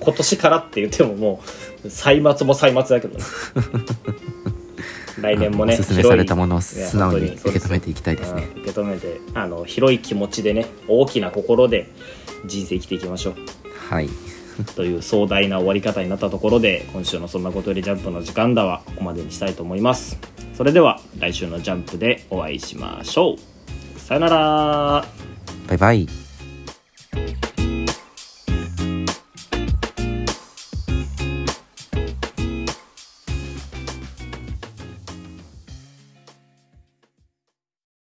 Speaker 2: 今年からって言ってももう歳末も歳末だ けどね来年もね
Speaker 1: あのおすすめされた
Speaker 2: 広い
Speaker 1: ものを
Speaker 2: いや
Speaker 1: 素直に
Speaker 2: 本当
Speaker 1: 受
Speaker 2: に
Speaker 1: け止めていきたいですね
Speaker 2: うん受け止めてあの広い気持ちでね大きな心で人生生きていきましょう
Speaker 1: はい
Speaker 2: という壮大な終わり方になったところで今週の「そんなことよりジャンプ」の時間だはここまでにしたいと思いますそれでは来週のジャンプでお会いしましょうさよなら
Speaker 1: バイバイ